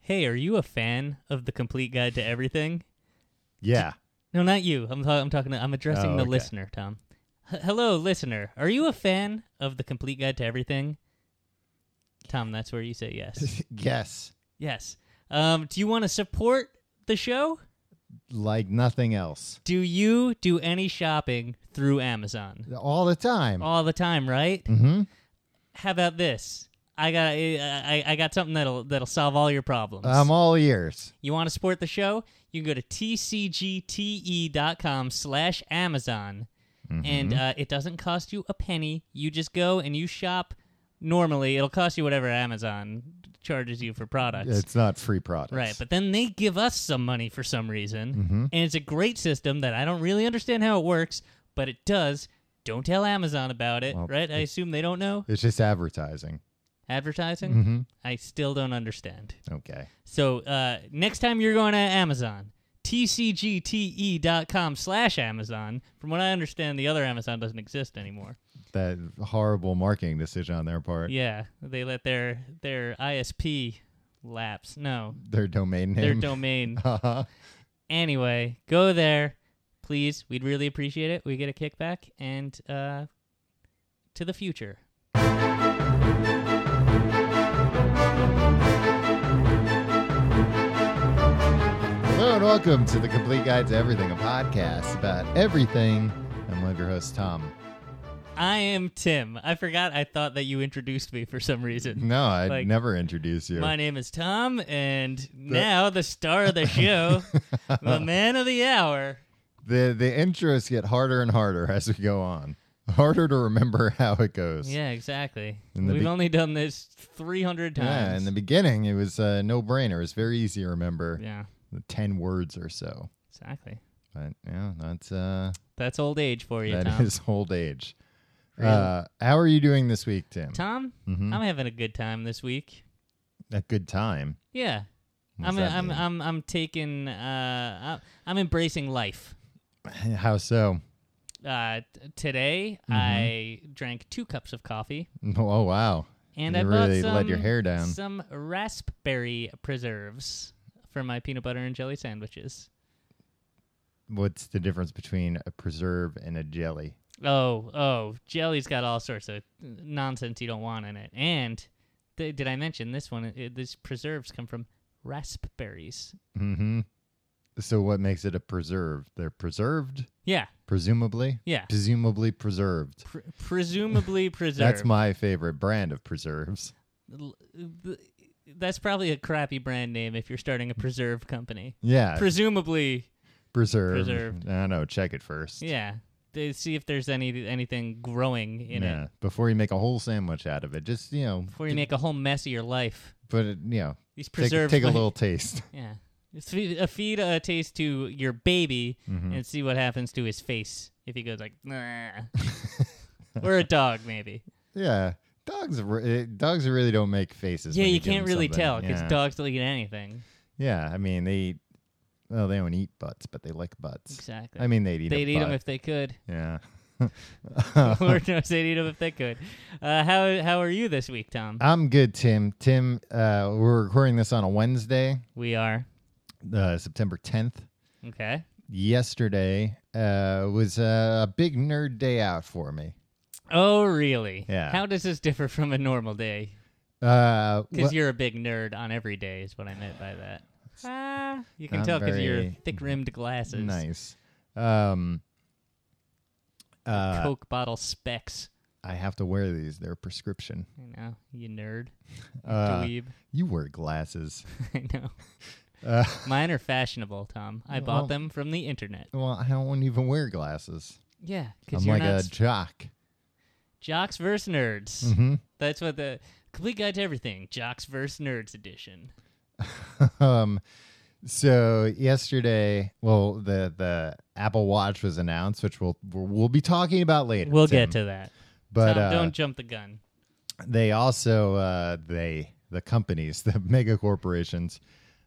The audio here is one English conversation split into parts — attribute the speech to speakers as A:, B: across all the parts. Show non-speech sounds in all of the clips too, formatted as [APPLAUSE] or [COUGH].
A: "Hey, are you a fan of the Complete Guide to Everything?"
B: Yeah.
A: No, not you. I'm ta- I'm talking. To, I'm addressing
B: Oh,
A: the
B: okay.
A: listener, Tom. H- Hello, listener. Are you a fan of the Complete Guide to Everything? Tom, that's where you say
B: [LAUGHS]
A: yes.
B: [LAUGHS] yes.
A: yes. Um, do you want to support the show?
B: Like nothing else.
A: Do you do any shopping through Amazon?
B: All the time.
A: All the time, right?
B: hmm
A: How about this? I got I, I I got something that'll that'll solve all your problems.
B: I'm all ears.
A: You want to support the show? You can go to tcgte.com E slash Amazon.
B: Mm-hmm.
A: And uh, it doesn't cost you a penny. You just go and you shop normally. It'll cost you whatever Amazon charges you for products.
B: It's not free products.
A: right. But then they give us some money for some reason.
B: Mm-hmm.
A: And it's a great system that I don't really understand how it works, but it does. Don't tell Amazon about it,
B: Well,
A: right? I assume they don't know.
B: it's just advertising.
A: Advertising?
B: Mm-hmm.
A: I still don't understand.
B: Okay.
A: So uh, next time you're going to Amazon, tcgte.com E slash Amazon. From what I understand, the other Amazon doesn't exist anymore.
B: That horrible marketing decision on their part.
A: Yeah, they let their their ISP lapse. No,
B: Their domain name.
A: their domain.
B: [LAUGHS]
A: [LAUGHS]
B: Uh-huh.
A: Anyway, go there, please. We'd really appreciate it. We get a kickback and uh, to the future.
B: Hello and welcome to the Complete Guide to Everything, a podcast about everything. I'm one of your hosts, Tom.
A: I am Tim. I forgot. I thought that you introduced me for some reason.
B: No, I
A: Like,
B: never introduced you.
A: My name is Tom, and now the star
B: [LAUGHS]
A: of the show, the man of the hour.
B: the the intros get harder and harder as we go on. Harder to remember [LAUGHS] how it goes.
A: Yeah, exactly.
B: In the
A: We've
B: be-
A: only done this 300 times.
B: Yeah, in the beginning it was a no-brainer. It's very easy to remember
A: Yeah,
B: the 10 words or so.
A: exactly.
B: But yeah, that's uh
A: That's old age for you,
B: that
A: Tom.
B: is [LAUGHS] old age.
A: Really.
B: Uh how are you doing this week, Tim?
A: Tom,
B: Mhm.
A: I'm having a good time this week.
B: A good time.
A: Yeah,
B: What's
A: I'm,
B: that
A: I'm,
B: mean?
A: I'm, I'm taking, uh, I- I'm embracing life.
B: How so? [LAUGHS]
A: Uh, t- today,
B: Mm-hmm.
A: I drank two cups of coffee,
B: Oh wow.
A: and
B: you
A: I bought
B: really
A: some,
B: let your hair down.
A: some raspberry preserves for my peanut butter and jelly sandwiches.
B: What's the difference between a preserve and a jelly?
A: Oh, oh, jelly's got all sorts of nonsense you don't want in it. And th- did I mention this one? It, these preserves come from raspberries.
B: Mm-hmm. So what makes it a preserve? They're preserved,
A: Yeah,
B: presumably.
A: yeah.
B: Presumably preserved.
A: Pre- presumably preserved.
B: [LAUGHS] That's my favorite brand of preserves.
A: L- th- That's probably a crappy brand name if you're starting a preserve
B: [LAUGHS]
A: company.
B: Yeah,
A: Presumably,
B: preserve.
A: preserved.
B: I don't know. Check it first.
A: yeah. They see if there's any anything growing in
B: yeah.
A: it
B: Before you make a whole sandwich out of it, just you know,
A: before you make a whole mess of your life.
B: put it, you know,
A: These
B: take,
A: preserves
B: take a
A: might-
B: little taste. [LAUGHS]
A: Yeah. Just Feed, uh, feed a taste to your baby
B: Mm-hmm.
A: and see what happens to his face if he goes like, "Nah." [LAUGHS] or a dog maybe.
B: Yeah, dogs. re- eh, Dogs really don't make faces.
A: yeah,
B: when
A: you,
B: give
A: can't
B: them
A: really
B: something.
A: tell because
B: yeah.
A: dogs don't eat anything.
B: Yeah, I mean they. Eat, well, they don't eat butts, but they like butts.
A: Exactly.
B: I mean, they'd eat.
A: they'd
B: a
A: eat them
B: butt.
A: if they
B: [LAUGHS]
A: could. [LAUGHS]
B: Yeah.
A: Lord knows they'd eat them if they could. Uh, how how are you this week, Tom?
B: I'm good, Tim. Tim, uh, we're recording this on a Wednesday,
A: we are
B: uh, September 10th.
A: okay.
B: Yesterday uh, was uh, a big nerd day out for me.
A: Oh really?
B: Yeah.
A: How does this differ from a normal day?
B: Uh,
A: Because
B: wh-
A: you're a big nerd on every day is what I meant by that. Ah, you can
B: Not
A: tell because your
B: very
A: thick rimmed glasses.
B: nice. Um, uh,
A: Coke bottle specs.
B: I have to wear these. They're prescription.
A: I know, you nerd. You
B: Uh,
A: dweeb. [LAUGHS]
B: You wear glasses.
A: I know.
B: Uh, Oh,
A: Mine are fashionable, Tom. I
B: Well-
A: bought them from the internet.
B: well, I don't even wear glasses.
A: Yeah,
B: I'm
A: because you're
B: like
A: not
B: a
A: s-
B: jock.
A: jocks versus nerds.
B: hmm
A: That's what the complete guide to everything. Jocks versus nerds edition.
B: um so yesterday well the the apple watch was announced which we'll we'll be talking about later
A: We'll
B: Tim.
A: get to that.
B: but
A: Tom,
B: uh,
A: don't jump the gun.
B: they also uh they the companies [LAUGHS] the mega corporations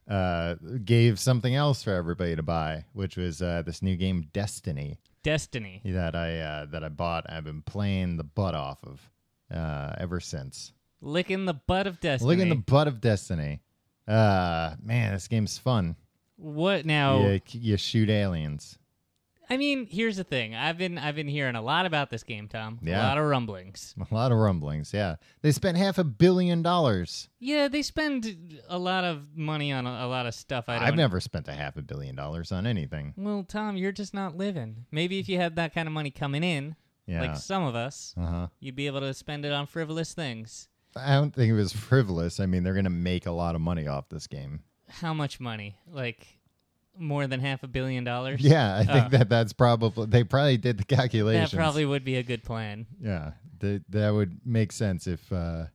B: uh gave something else for everybody to buy which was uh this new game destiny
A: Destiny.
B: that i uh that i bought i've been playing the butt off of uh ever since
A: Licking the butt of destiny.
B: Look in the butt of destiny Uh, man, this game's fun.
A: What now?
B: You, you shoot aliens.
A: I mean, here's the thing. I've been I've been hearing a lot about this game, Tom.
B: Yeah.
A: A lot of rumblings.
B: A lot of rumblings. Yeah, they spent half a billion dollars.
A: Yeah, they spend a lot of money on a, a lot of stuff. I don't.
B: I've never spent a half a billion dollars on anything.
A: Well, Tom, you're just not living. Maybe if you had that kind of money coming in,
B: Yeah.
A: like some of us,
B: uh huh.
A: you'd be able to spend it on frivolous things.
B: I don't think it was frivolous. I mean, they're gonna make a lot of money off this game.
A: How much money? Like more than half a billion dollars?
B: Yeah, I think
A: Oh.
B: that that's probably they probably did the calculations.
A: That probably would be a good plan.
B: Yeah, that that would make sense if uh,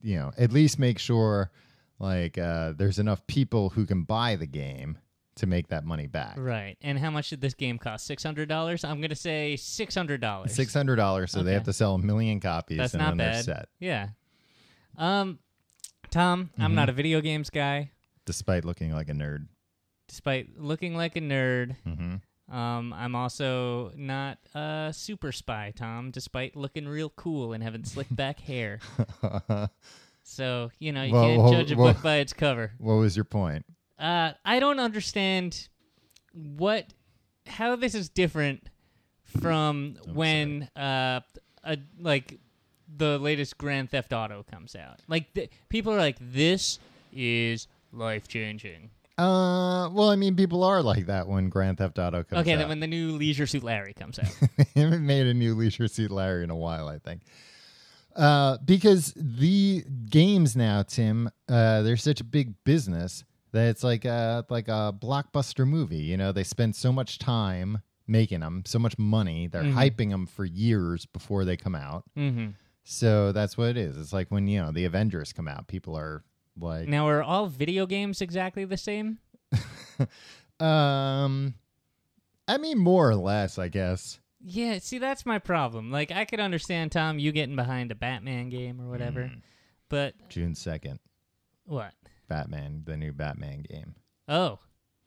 B: you know at least make sure like uh, there's enough people who can buy the game to make that money back.
A: Right. And how much did this game cost? $600? I'm going to say $600.
B: Six hundred dollars, so they
A: Okay.
B: have to sell a million copies,
A: That's
B: and
A: not
B: then they're
A: bad.
B: set.
A: Yeah. Um, Tom,
B: Mm-hmm.
A: I'm not a video games guy,
B: Despite looking like a nerd,
A: despite looking like a nerd.
B: hmm
A: Um, I'm also not a super spy, Tom, despite looking real cool and having slick back hair.
B: Mm-hmm.
A: So you know you
B: Whoa,
A: can't
B: whoa,
A: judge a
B: whoa.
A: book by its cover.
B: [LAUGHS] what was your point?
A: Uh, I don't understand what how this is different from when uh, a, like the latest Grand Theft Auto comes out. Like th- people are like, this is life changing.
B: Uh, well, I mean, people are like that when Grand Theft Auto comes
A: Okay,
B: out.
A: then when the new Leisure Suit Larry comes
B: [LAUGHS]
A: out,
B: They haven't made a new Leisure Suit Larry in a while, I think. Uh, because the games now, Tim, uh, they're such a big business that it's like a, like a blockbuster movie. You know, they spend so much time making them, so much money. They're
A: Mhm.
B: hyping them for years before they come out.
A: mm-hmm.
B: So that's what it is. It's like when you know the Avengers come out, people are like,
A: now are all video games exactly the same?
B: um, I mean, more or less, I guess.
A: Yeah, see, that's my problem. Like, I could understand Tom you getting behind a Batman game or whatever, but
B: June second,
A: what?
B: Batman, the new Batman game.
A: Oh,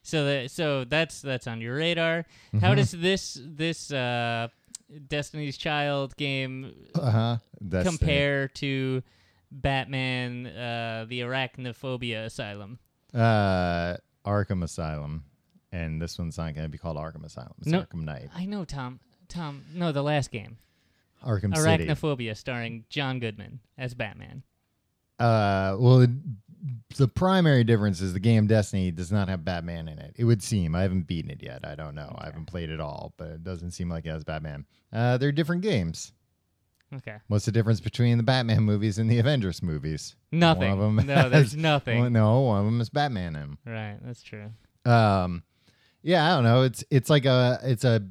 A: so that so that's that's on your radar. How does this this uh, Destiny's Child game
B: Uh huh. That's the-
A: compare to Batman: uh, The Arachnophobia Asylum?
B: uh, Arkham Asylum, and this one's not going to be called Arkham Asylum. It's
A: No.
B: Arkham Knight,
A: I know, Tom. Tom, no, the last game,
B: Arkham City.
A: Arachnophobia, starring John Goodman as Batman.
B: Uh, well, the, the primary difference is the game Destiny does not have Batman in it. It would seem. I haven't beaten it yet. I don't know. I haven't played it all, but it doesn't seem like it has Batman. Uh, they're different games.
A: Okay,
B: What's the difference between the Batman movies and the Avengers movies?
A: nothing.
B: One of them
A: no, there's [LAUGHS]
B: has-
A: nothing.
B: Well, no, one of them is Batman in 'em.
A: Right, that's true.
B: Um, yeah, I don't know. It's it's like a it's a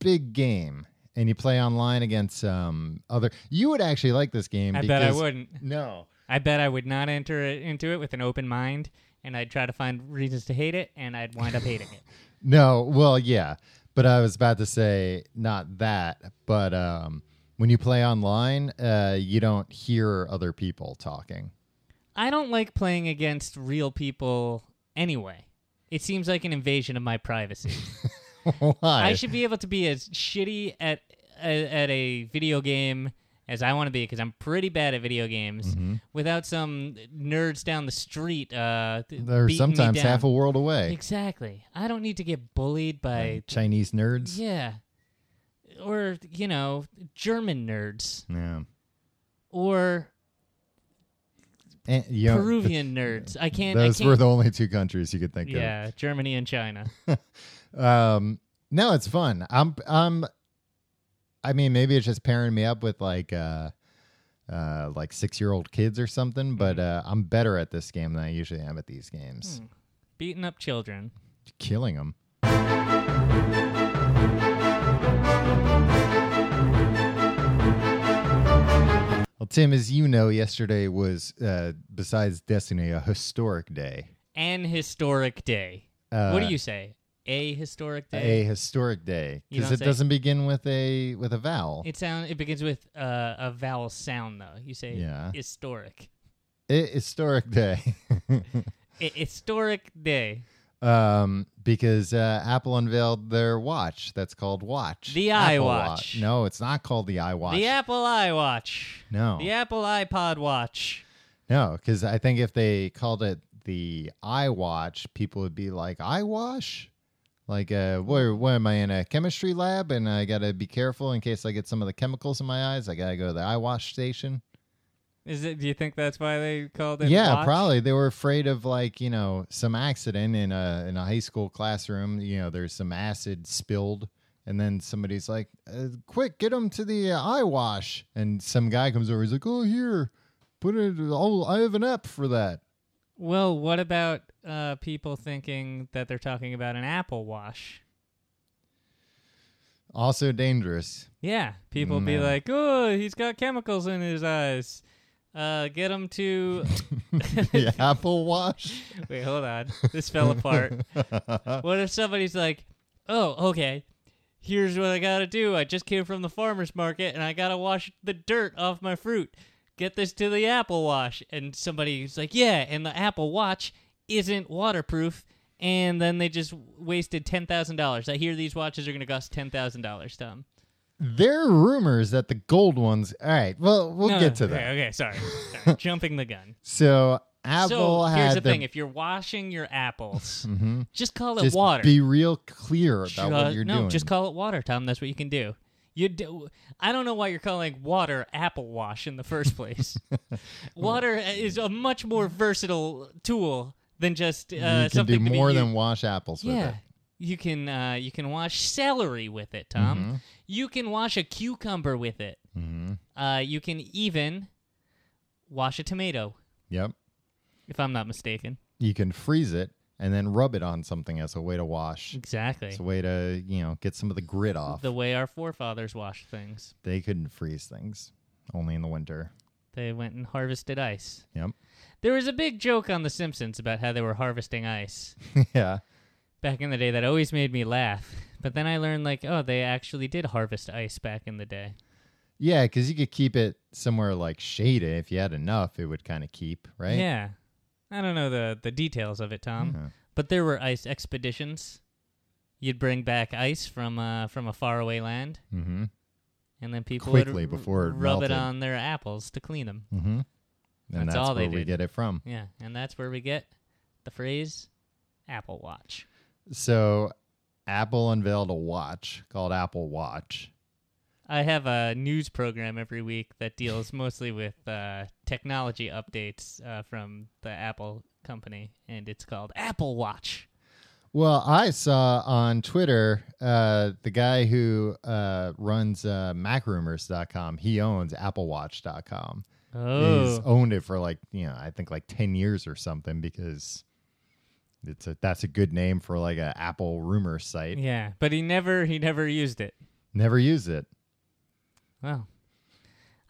B: big game, and you play online against um other. You would actually like this game.
A: I bet I
B: because-
A: wouldn't.
B: No,
A: I bet I would not enter it, into it with an open mind, and I'd try to find reasons to hate it, and I'd wind up hating it.
B: no. Well, yeah, but I was about to say not that, but um, when you play online, uh, you don't hear other people talking.
A: [LAUGHS]
B: [LAUGHS]
A: I don't like playing against real people anyway. It seems like an invasion of my
B: [LAUGHS]
A: privacy.
B: Why?
A: I should be able to be as shitty at at, at a video game as I want to be because I'm pretty bad at video
B: Mm-hmm.
A: games. Without some nerds down the street, uh, th-
B: They're
A: beating me
B: sometimes half a
A: down.
B: world away.
A: exactly. I don't need to get bullied by
B: Chinese nerds.
A: yeah, or you know, German nerds
B: Yeah.
A: or
B: And, you know,
A: Peruvian nerds. I can't. I
B: Those
A: can't
B: were the only two countries you could think of.
A: yeah, Germany and China.
B: Um, no, it's fun. I'm, I'm, I mean, maybe it's just pairing me up with like, uh, uh, like six year old kids or something, but
A: Mm-hmm.
B: uh, I'm better at this game than I usually am at these games.
A: Hmm. Beating up children.
B: Killing 'em. Killing them. Well, Tim, as you know, yesterday was, uh, besides Destiny, a historic day. Uh,
A: An historic day. what do you say? A historic day.
B: A historic day
A: You
B: because
A: don't
B: it
A: say-
B: doesn't begin with a with a vowel.
A: It sound. It begins with uh, a vowel sound though. You say
B: Yeah.
A: historic.
B: I- historic day [LAUGHS]
A: A- historic day.
B: um because uh apple unveiled their watch that's called watch
A: The
B: Apple
A: iWatch.
B: no it's not called the iwatch
A: The Apple iWatch.
B: no
A: The Apple iPod Watch.
B: no because i think if they called it the iWatch, people would be like, "iWash." Like, uh, where, where am I in a chemistry lab? And I gotta be careful in case I get some of the chemicals in my eyes. I gotta go to the iWash station.
A: Is it? Do you think that's why they called it?
B: Yeah,
A: Watch?
B: probably they were afraid of like you know some accident in a in a high school classroom. You know, there's some acid spilled, and then somebody's like, uh, "Quick, get him to the uh, eye wash!" And some guy comes over. He's like, "Oh, here, put it. Oh, I have an app for that."
A: Well, what about uh, people thinking that they're talking about an Apple Watch?
B: Also dangerous. [LAUGHS]
A: Yeah, people be
B: No.
A: like, "Oh, he's got chemicals in his eyes. Uh, get him to." [LAUGHS]
B: the Apple Wash.
A: Wait, hold on. This fell
B: [LAUGHS]
A: apart. What if somebody's like, "Oh, okay. Here's what I gotta do. I just came from the farmer's market and I gotta wash the dirt off my fruit. Get this to the Apple Wash." And somebody's like, "Yeah, and the Apple Watch isn't waterproof." And then they just wasted ten thousand dollars. I hear these watches are gonna cost ten thousand dollars, Tom.
B: There are rumors that the gold ones. All right. Well, we'll
A: No,
B: get to
A: okay,
B: that.
A: Okay,
B: [LAUGHS]
A: sorry. Sorry, Jumping the gun.
B: So
A: so
B: Apple
A: here's
B: had
A: the
B: their-
A: thing: if you're washing your apples, just call it
B: Mm-hmm. just
A: water.
B: be real clear about what
A: Ju-
B: you're
A: no,
B: doing.
A: just call it water, Tom. That's what you can do. You do, I don't know why you're calling water apple wash in the first
B: [LAUGHS]
A: place. water uh, is a much more versatile tool than just uh,
B: you can do
A: something to be
B: more
A: u-
B: than wash apples with
A: yeah.
B: it.
A: You can uh, you can wash celery with it, Tom.
B: Mm-hmm.
A: You can wash a cucumber with it.
B: Mm-hmm.
A: Uh, you can even wash a tomato,
B: Yep.
A: if I'm not mistaken.
B: You can freeze it and then rub it on something as a way to wash.
A: Exactly.
B: It's a way to, you know, get some of the grit off.
A: the way our forefathers washed things,
B: they couldn't freeze things, only in the winter. [LAUGHS]
A: they went and harvested ice.
B: Yep.
A: There was a big joke on The Simpsons about how they were harvesting ice
B: yeah.
A: back in the day that always made me laugh. But then I learned, like, oh, they actually did harvest ice back in the day.
B: Yeah, because you could keep it somewhere like shaded. If you had enough, it would kind of keep, right?
A: Yeah. Um, I don't know the, the details of it, Tom.
B: Yeah.
A: But there were ice expeditions. You'd bring back ice from uh, from a faraway land,
B: Mm-hmm.
A: and then people
B: Quickly
A: would r-
B: before it
A: rub
B: melted.
A: it on their apples to clean them.
B: Mm-hmm. And
A: That's
B: that's,
A: all they
B: where we
A: did.
B: get it from.
A: Yeah, and that's where we get the phrase "Apple Watch."
B: So Apple unveiled a watch called Apple Watch.
A: I have a news program every week that deals mostly with uh, technology updates uh, from the Apple company, and it's called Apple Watch.
B: Well, I saw on Twitter uh, the guy who uh, runs uh, MacRumors.com. He owns AppleWatch.com. He's
A: Oh,
B: owned it for like you know, I think like ten years or something because it's a that's a good name for like a Apple rumor site.
A: yeah, but he never he never used it.
B: Never used it.
A: Well,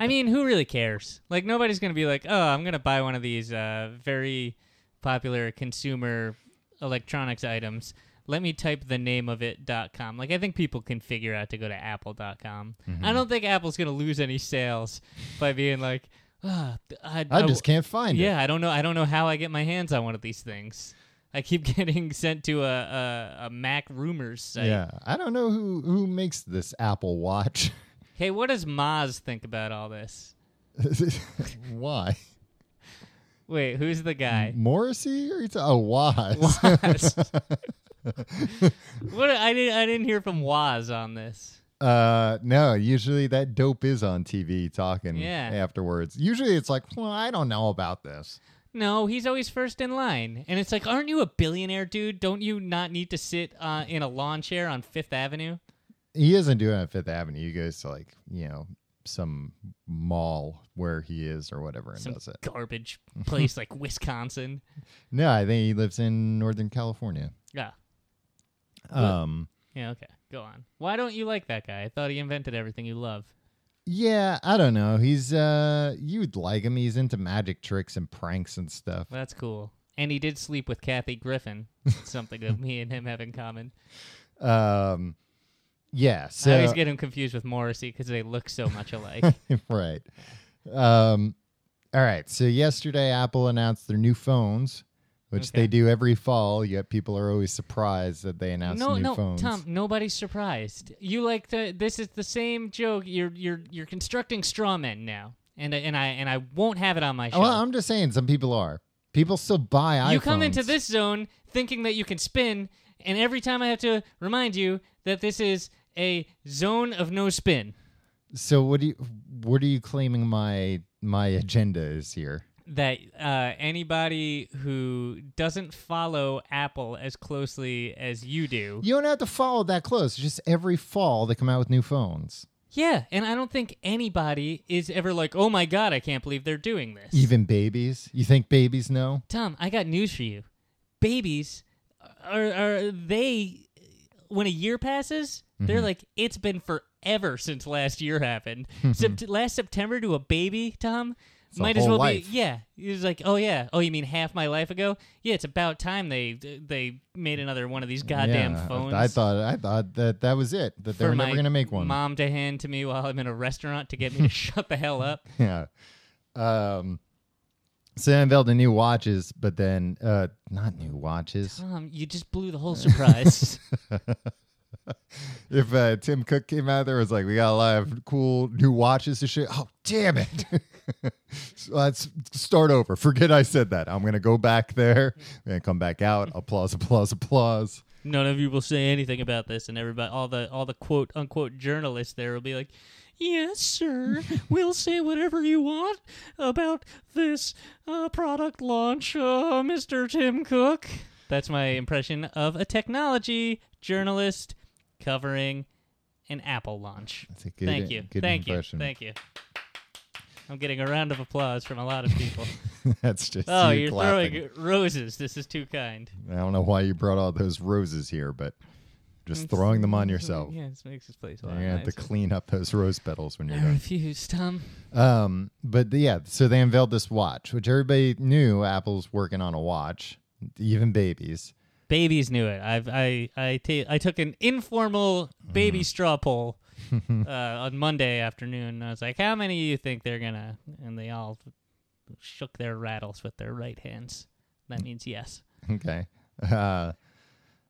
A: I mean, who really cares? Like nobody's gonna be like, oh, I'm gonna buy one of these uh, very popular consumer electronics items. Let me type the name of it dot com. Like I think people can figure out to go to Apple dot com.
B: Mm-hmm.
A: I don't think Apple's gonna lose any sales [LAUGHS] by being like, ah, I,
B: I just can't find it.
A: yeah, I don't know. I don't know how I get my hands on one of these things. I keep [LAUGHS] getting sent to a a, a Mac rumors site.
B: yeah. I don't know who who makes this Apple Watch. [LAUGHS]
A: Hey, what does Moz think about all this?
B: Why
A: Wait, who's the guy?
B: Morrissey or it's oh Waz?
A: [LAUGHS] Waz. what I didn't I didn't hear from Waz on this.
B: Uh, no, usually that dope is on TV talking
A: Yeah.
B: afterwards. Usually it's like, well, I don't know about this.
A: No, he's always first in line, and it's like, aren't you a billionaire, dude? Don't you not need to sit uh, in a lawn chair on Fifth Avenue?
B: He isn't doing it at Fifth Avenue. He goes to like, you know, some mall where he is or whatever and
A: Some
B: does it. [LAUGHS]
A: garbage place like Wisconsin.
B: No, I think he lives in Northern California.
A: Yeah,
B: Um,
A: yeah, okay, go on. Why don't you like that guy? I thought he invented everything you love.
B: yeah, I don't know. He's, uh, you'd like him. He's into magic tricks and pranks and stuff.
A: That's cool. And he did sleep with Kathy Griffin. Something
B: [LAUGHS]
A: that me and him have in common.
B: Um, yeah, so.
A: I always get him confused with Morrissey because they look so much alike.
B: [LAUGHS] right. Um, all right. So yesterday, Apple announced their new phones, which
A: Okay.
B: they do every fall. Yet people are always surprised that they announce
A: no,
B: new
A: no,
B: phones.
A: Tom. Nobody's surprised. You like the this is the same joke. You're you're you're constructing straw men now, uh, and I- and I and I won't have it on my show.
B: well, I'm just saying some people are. People still buy iPhones.
A: You come into this zone thinking that you can spin, and every time I have to remind you that this is a zone of no spin.
B: So what do you? What are you claiming my my agenda is here?
A: That uh, anybody who doesn't follow Apple as closely as you do,
B: You don't have to follow that close. It's just every fall they come out with new phones.
A: yeah, and I don't think anybody is ever like, oh my god, I can't believe they're doing this.
B: Even babies. You think babies know?
A: Tom, I got news for you. Babies are are they when a year passes, they're
B: Mm-hmm.
A: like it's been forever since last year
B: [LAUGHS]
A: happened. Sept- last September to a baby, Tom,
B: a
A: might as
B: whole
A: well
B: life.
A: be yeah. He's like, "Oh yeah. Oh, you mean half my life ago? Yeah, it's about time they they made another one of these goddamn
B: Yeah,
A: phones."
B: I thought I thought that that was it. That they
A: for
B: were
A: my
B: never going to make one.
A: Mom to hand to me while I'm in a restaurant to
B: [LAUGHS]
A: get me to shut the hell up.
B: yeah. Um, so they unveiled the new watches, but then uh, not new watches.
A: Tom, you just blew the
B: [LAUGHS]
A: whole surprise.
B: If uh, Tim Cook came out there, it was like, "We got a lot of cool new watches to show." Oh, damn it! [LAUGHS] So let's start over. Forget I said that. I'm gonna go back there and come back out. Applause! Applause! Applause!
A: none of you will say anything about this and everybody all the all the quote unquote journalists there will be like yes
B: [LAUGHS]
A: sir we'll say whatever you want about this uh, product launch uh, mr tim cook that's my impression of a technology journalist covering an apple launch
B: That's a good,
A: thank you
B: Good
A: thank
B: impression.
A: you thank you i'm getting a round of applause from a lot of
B: [LAUGHS]
A: people
B: That's just
A: oh
B: you
A: you're
B: clapping.
A: throwing roses this is too kind
B: I don't know why you brought all those roses here, but just throwing them on
A: [LAUGHS]
B: yourself.
A: yeah this makes this place a
B: You're
A: lot
B: gonna have to
A: nicer.
B: clean up those rose
A: [LAUGHS]
B: petals when you're
A: I
B: done.
A: refuse, Tom.
B: Um, but the- yeah, so they unveiled this watch, which everybody knew Apple's working on a watch, even babies. [LAUGHS]
A: Babies knew it. I've I I, ta- I took an informal baby
B: Mm-hmm.
A: straw
B: [LAUGHS]
A: poll uh, on Monday afternoon. I was like, "How many of you think they're gonna?" And they all shook their rattles with their right hands. That means yes.
B: Okay. Uh,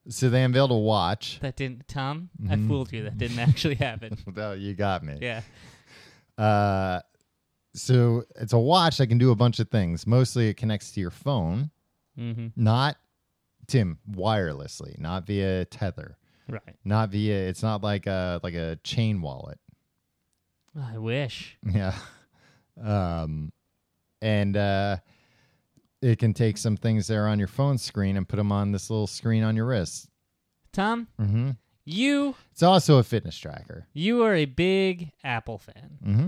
B: so they unveiled a watch.
A: That didn't, Tom. I
B: Mm-hmm.
A: fooled you. That didn't actually
B: [LAUGHS]
A: happen. [LAUGHS]
B: Well, you got me.
A: Yeah.
B: Uh, so it's a watch that can do a bunch of things. Mostly it connects to your phone,
A: Mm-hmm.
B: not Tim wirelessly, not via tether,
A: Right.
B: not via. It's not like a like a chain wallet.
A: I wish.
B: [LAUGHS] Yeah. Um, and uh, it can take some things that are on your phone screen and put them on this little screen on your wrist.
A: Tom,
B: hmm
A: you
B: It's also a fitness tracker.
A: you are a big Apple fan.
B: hmm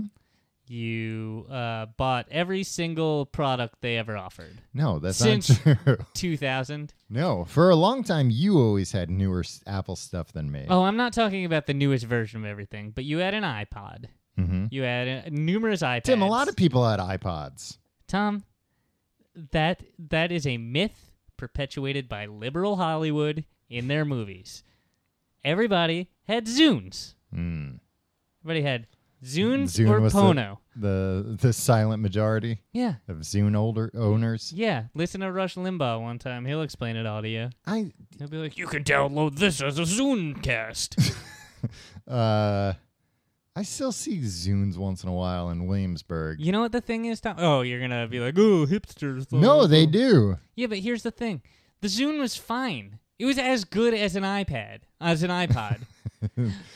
A: You uh, bought every single product they ever
B: [LAUGHS]
A: offered.
B: No, that's
A: Since-
B: not true. [LAUGHS]
A: 2000.
B: no, for a long time, you always had newer s- Apple stuff than me.
A: Oh, I'm not talking about the newest version of everything, but you had an iPod.
B: hmm
A: You had uh numerous iPads.
B: Tim, a lot of people had iPods.
A: Tom, that that is a myth perpetuated by liberal Hollywood in their movies. Everybody had Zunes.
B: Mm.
A: Everybody had Zunes
B: Zune
A: or
B: was the-
A: Pono.
B: The the silent majority
A: Yeah,
B: of Zune older owners.
A: yeah. Listen to Rush Limbaugh one time. He'll explain it all to you.
B: I
A: He'll be like, "You can download this as a Zune cast."
B: uh, I still see Zunes once in a while in Williamsburg.
A: You know what the thing is, Tom? Oh, you're gonna be like, oh, hipsters. blah,
B: No,
A: blah,
B: they
A: blah."
B: do.
A: Yeah, but here's the thing: the Zune was fine. It was as good as an iPad, as an
B: [LAUGHS]
A: iPod.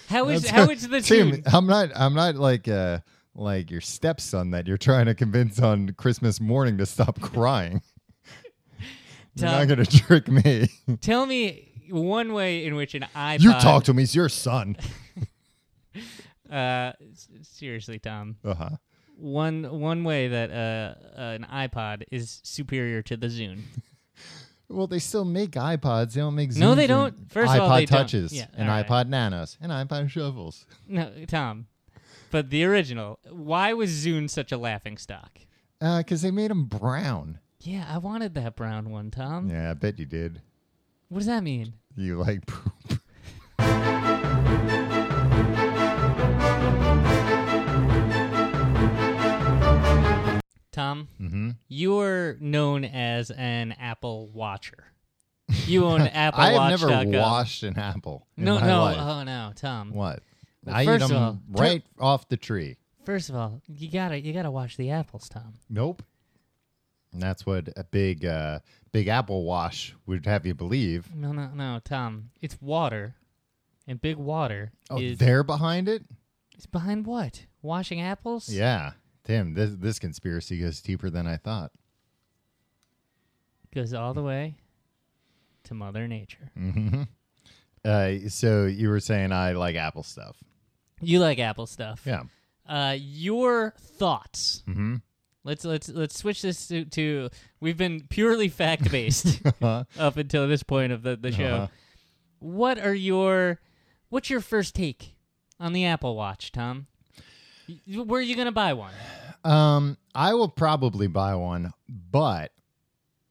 A: how is
B: That's- [LAUGHS]
A: how is the
B: Tim,
A: Zune?
B: I'm not. I'm not like uh, like your stepson that you're trying to convince on Christmas morning to
A: [LAUGHS]
B: stop crying. you're not
A: Tom-
B: gonna trick me.
A: Tell me one way in which an iPod.
B: you talk to him. He's your son.
A: Uh, s- seriously, Tom.
B: Uh huh.
A: One one way that uh, uh an iPod is superior to the
B: [LAUGHS]
A: Zune.
B: Well, they still make iPods. They don't make.
A: No,
B: Zunes
A: they
B: and
A: don't. First
B: iPod
A: of all, they don't.
B: touches
A: Yeah,
B: and
A: all right.
B: iPod Nanos and iPod shovels.
A: No, Tom. But the original. Why was Zune such a laughing stock?
B: Uh, cause they made them brown.
A: Yeah, I wanted that brown one, Tom.
B: Yeah, I bet you did.
A: What does that mean?
B: You like [LAUGHS] poop.
A: Tom,
B: Mm-hmm.
A: you're known as an Apple watcher. You
B: [LAUGHS]
A: own Apple
B: I
A: Watch.
B: have never
A: dot com.
B: washed an apple. in
A: No,
B: my
A: no,
B: life.
A: oh no, Tom.
B: What?
A: Well,
B: I eat
A: first
B: them
A: of all,
B: right off the tree.
A: First of all, you gotta you gotta watch the apples, Tom.
B: Nope. And that's what a big uh, big apple wash would have you believe.
A: No, no, no, Tom. It's water, and big water
B: Oh,
A: is
B: they're behind it?
A: is behind what? Washing apples?
B: Yeah. Damn, this this conspiracy goes deeper than I thought.
A: goes all the way to Mother Nature.
B: Mm. Mm-hmm. Uh, so you were saying I like apple stuff.
A: You like apple stuff?
B: Yeah.
A: Uh, your thoughts. Mm-hmm. Let's let's let's switch this to, to we've been purely fact
B: [LAUGHS]
A: based up until this point of the, the show.
B: Uh-huh.
A: What are your what's your first take on the Apple Watch, Tom? Y- Where are you gonna buy one?
B: Um, I will probably buy one, but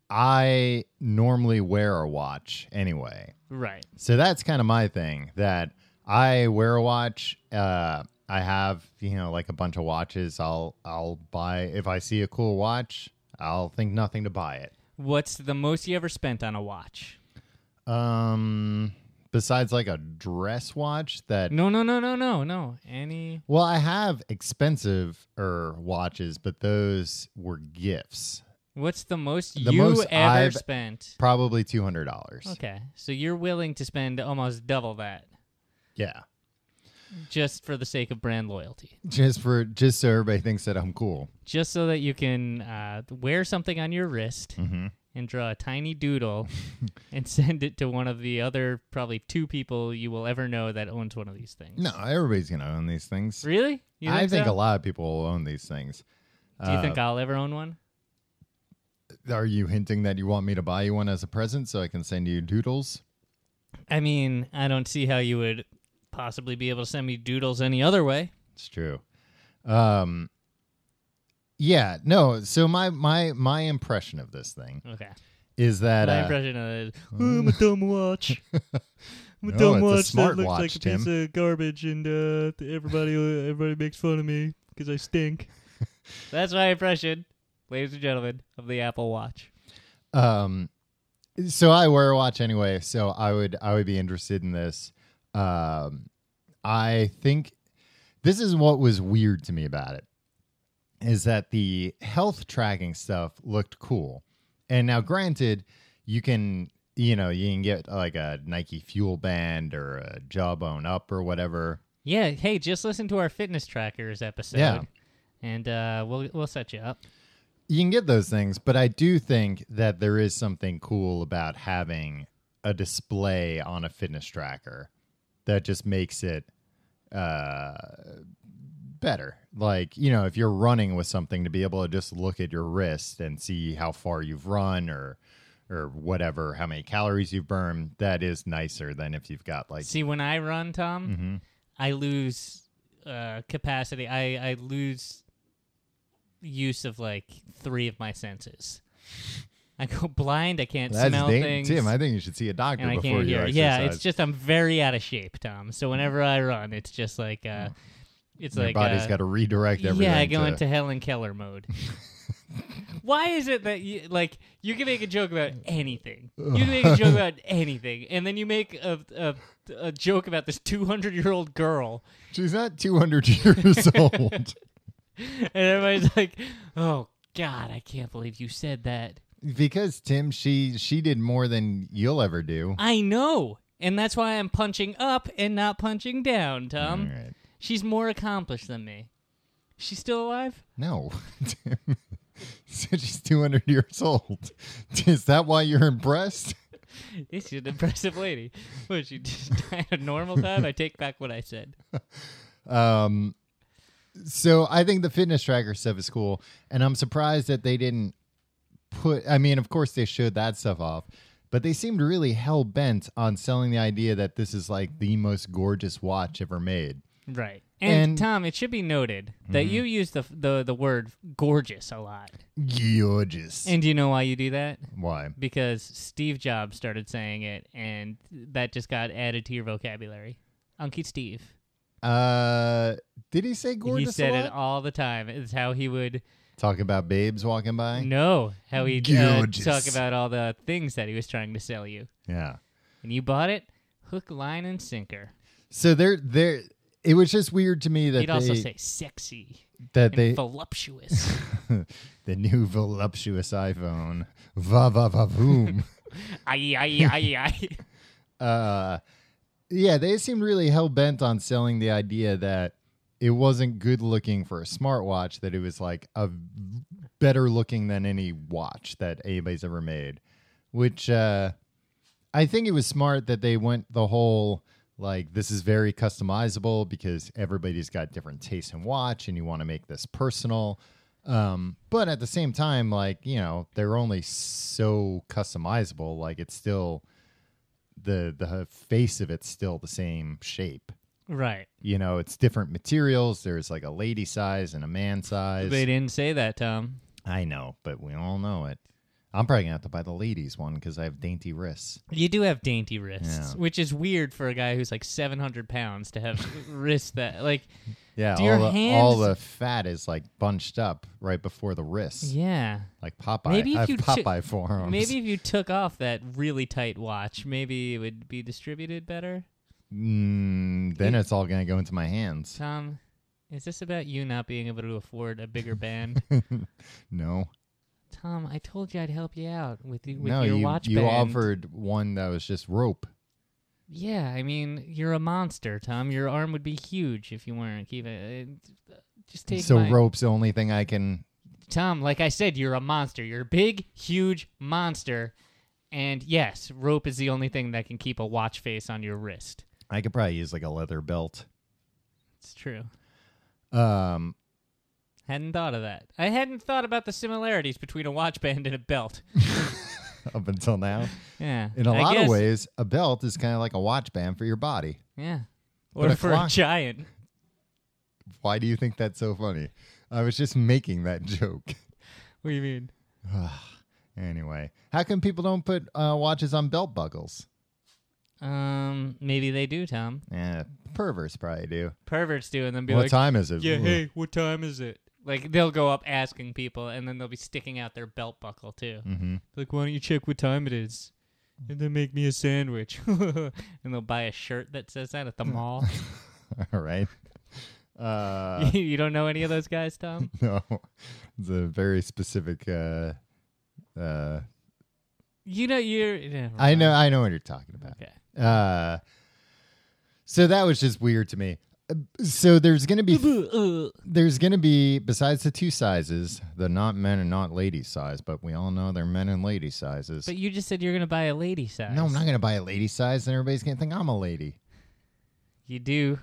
B: I normally wear a watch anyway.
A: Right.
B: So that's kind of my thing that I wear a watch. Uh, I have you know like a bunch of watches. I'll I'll buy if I see a cool watch. I'll think nothing to buy it.
A: What's the most you ever spent on a watch?
B: Um, besides like a dress watch that.
A: No, no, no, no, no, no. Any
B: Well, I have expensive er watches, but those were gifts.
A: what's the most
B: The
A: you
B: most
A: ever
B: I've-
A: spent?
B: Probably two hundred dollars.
A: Okay. So you're willing to spend almost double that
B: Yeah.
A: just for the sake of brand loyalty.
B: Just for just so everybody thinks that I'm cool.
A: Just so that you can uh, wear something on your wrist
B: Mm-hmm.
A: and draw a tiny
B: [LAUGHS]
A: doodle and send it to one of the other probably two people you will ever know that owns one of these things.
B: No, everybody's gonna own these things.
A: Really? You
B: I think
A: so?
B: a lot Uh, of people will own these things.
A: Do you think I'll ever own one?
B: Are you hinting that you want me to buy you one as a present so I can send you doodles?
A: I mean, I don't see how you would possibly be able to send me doodles any other way.
B: It's true. Um Yeah, no. So my my my impression of this thing
A: Okay.
B: is that
A: My
B: uh,
A: impression of it is, "Oh, I'm a dumb watch. I'm a
B: No,
A: dumb
B: it's a
A: watch
B: smart
A: that looks
B: watch,
A: like a
B: Tim.
A: piece of garbage, and uh, everybody everybody makes fun of me because I stink. That's my impression, ladies and gentlemen, of the Apple Watch.
B: um so I wear a watch anyway, so I would I would be interested in this. Um I think this is what was weird to me about it is that the health tracking stuff looked cool. And now, granted, you can you know you can get like a Nike Fuel Band or a Jawbone Up or whatever.
A: Yeah. Hey, just listen to our fitness trackers episode.
B: Yeah.
A: And uh, we'll we'll set you up.
B: You can get those things, but I do think that there is something cool about having a display on a fitness tracker that just makes it uh better like you know if you're running with something to be able to just look at your wrist and see how far you've run or or whatever how many calories you've burned that is nicer than if you've got like
A: See, when I run, Tom,
B: Mm-hmm.
A: I lose uh, capacity. I, I lose use of like three of my senses. I go blind. I can't
B: that's
A: smell
B: dang-
A: things.
B: Tim I think you should see a doctor
A: and I
B: before
A: can't
B: you
A: hear.
B: exercise
A: Yeah, it's just I'm very out of shape, Tom. So whenever I run, it's just like uh, it's
B: your
A: like
B: body's
A: uh,
B: got to redirect everything
A: yeah, I go
B: to-
A: into Helen Keller mode. [LAUGHS] Why is it that you like you can make a joke about anything? You can make a [LAUGHS] joke about anything, and then you make a a, a joke about this two hundred year old girl,
B: she's not 200 [LAUGHS] years old
A: and everybody's [LAUGHS] like, "Oh God, I can't believe you said that."
B: because Tim she she did more than you'll ever do
A: I know, and that's why I'm punching up and not punching down, Tom.
B: All right.
A: She's more accomplished than me. She's still alive?
B: No. [LAUGHS] Tim. So She's 200 years old. Is that why you're impressed?
A: She's an impressive lady. What, she just [LAUGHS] died a normal time? I take back what I said.
B: Um, so I think the fitness tracker stuff is cool, and I'm surprised that they didn't put. I mean, of course they showed that stuff off, but they seemed really hell bent on selling the idea that this is like the most gorgeous watch ever made.
A: Right. And,
B: And-
A: Tom, it should be noted that you use the, the the word gorgeous a lot.
B: Gorgeous.
A: And do you know why you do that?
B: why?
A: Because Steve Jobs started saying it, and that just got added to your vocabulary. Unky Steve.
B: Uh, did he say
A: he
B: gorgeous?
A: said
B: a lot?
A: it all the time. It's how he would
B: Talk about babes walking by.
A: know how he would
B: Gorgeous.
A: talk about all the things that he was trying to sell you.
B: Yeah.
A: and you bought it hook line and sinker
B: So there there it was just weird to me that
A: He'd also
B: they-
A: say sexy
B: that
A: and
B: they
A: voluptuous. [LAUGHS]
B: the new voluptuous iPhone va va va boom.
A: aye, aye, aye,
B: [LAUGHS]
A: aye.
B: uh, yeah, they seemed really hell bent on selling the idea that it wasn't good looking for a smartwatch, that it was like a v- better looking than any watch that anybody's ever made. Which uh, I think it was smart that they went the whole like this is very customizable because everybody's got different tastes in watch and you want to make this personal. Um, but at the same time, like, you know, they're only so customizable. Like, it's still, the the face of it's still the same shape.
A: Right.
B: You know, it's different materials. There's like a lady size and a man size.
A: They didn't say that, Tom.
B: I know, but we all know it. I'm probably gonna have to buy the ladies one because I have dainty wrists.
A: You do have dainty wrists,
B: Yeah.
A: which is weird for a guy who's like 700 pounds to
B: [LAUGHS]
A: have wrists that, like,
B: Yeah,
A: Do your
B: all the, all
A: hands-
B: the fat is like bunched up right before the wrists,
A: yeah.
B: like Popeye.
A: Maybe if
B: I have
A: you took-
B: Popeye forearms.
A: Maybe if you took off that really tight watch, maybe it would be distributed better.
B: Mm, then it's all gonna go into my hands.
A: Tom, is this about you not being able to afford a bigger
B: [LAUGHS]
A: band?
B: No,
A: Tom, I told you I'd help you out with, y- with
B: no,
A: your
B: you
A: watch
B: you
A: band.
B: offered one that was just rope.
A: Yeah, I mean, you're a monster, Tom. Your arm would be huge if you weren't keeping. Uh, just take
B: so
A: my-
B: rope's the only thing I can
A: Tom, like I said, you're a monster. You're a big, huge monster. And yes, rope is the only thing that can keep a watch face on your wrist.
B: I could probably use like a leather belt.
A: It's true.
B: Um, [LAUGHS]
A: Hadn't thought of that. I hadn't thought about the similarities between a watch band and a belt.
B: up until now,
A: Yeah.
B: in a
A: I
B: lot of
A: guess-
B: ways, a belt is kind of like a watch band for your body.
A: Yeah.
B: But
A: Or
B: a
A: for
B: clock-
A: a giant.
B: Why do you think that's so funny? I was just making that [LAUGHS] joke.
A: What do you mean?
B: anyway, how come people don't put uh, watches on belt buckles?
A: Um, maybe they do, Tom.
B: Eh, perverts probably do.
A: Perverts do, and then be
B: what
A: like,
B: time is it?
A: "Yeah,
B: Ooh.
A: hey, what time is it?" Like they'll go up asking people, and then they'll be sticking out their belt buckle too.
B: Mhm.
A: Like, why don't you check what time it is? And then make me a sandwich. [LAUGHS] Mm. and they'll buy a shirt that says that at the mall.
B: [LAUGHS] All right. [LAUGHS] Uh,
A: [LAUGHS] you don't know any of those guys, Tom?
B: no, it's a very specific. Uh, uh,
A: You know you're. never
B: I
A: mind.
B: know. I know what you're talking about.
A: Okay.
B: Uh, so that was just weird to me. Uh, So there's gonna be
A: [LAUGHS] Ugh.
B: there's gonna be besides the two sizes, the not men and not lady size, but we all know they're men and lady sizes.
A: But you just said you're gonna buy a lady size.
B: no, I'm not gonna buy a lady size, and everybody's gonna think I'm a lady.
A: You do.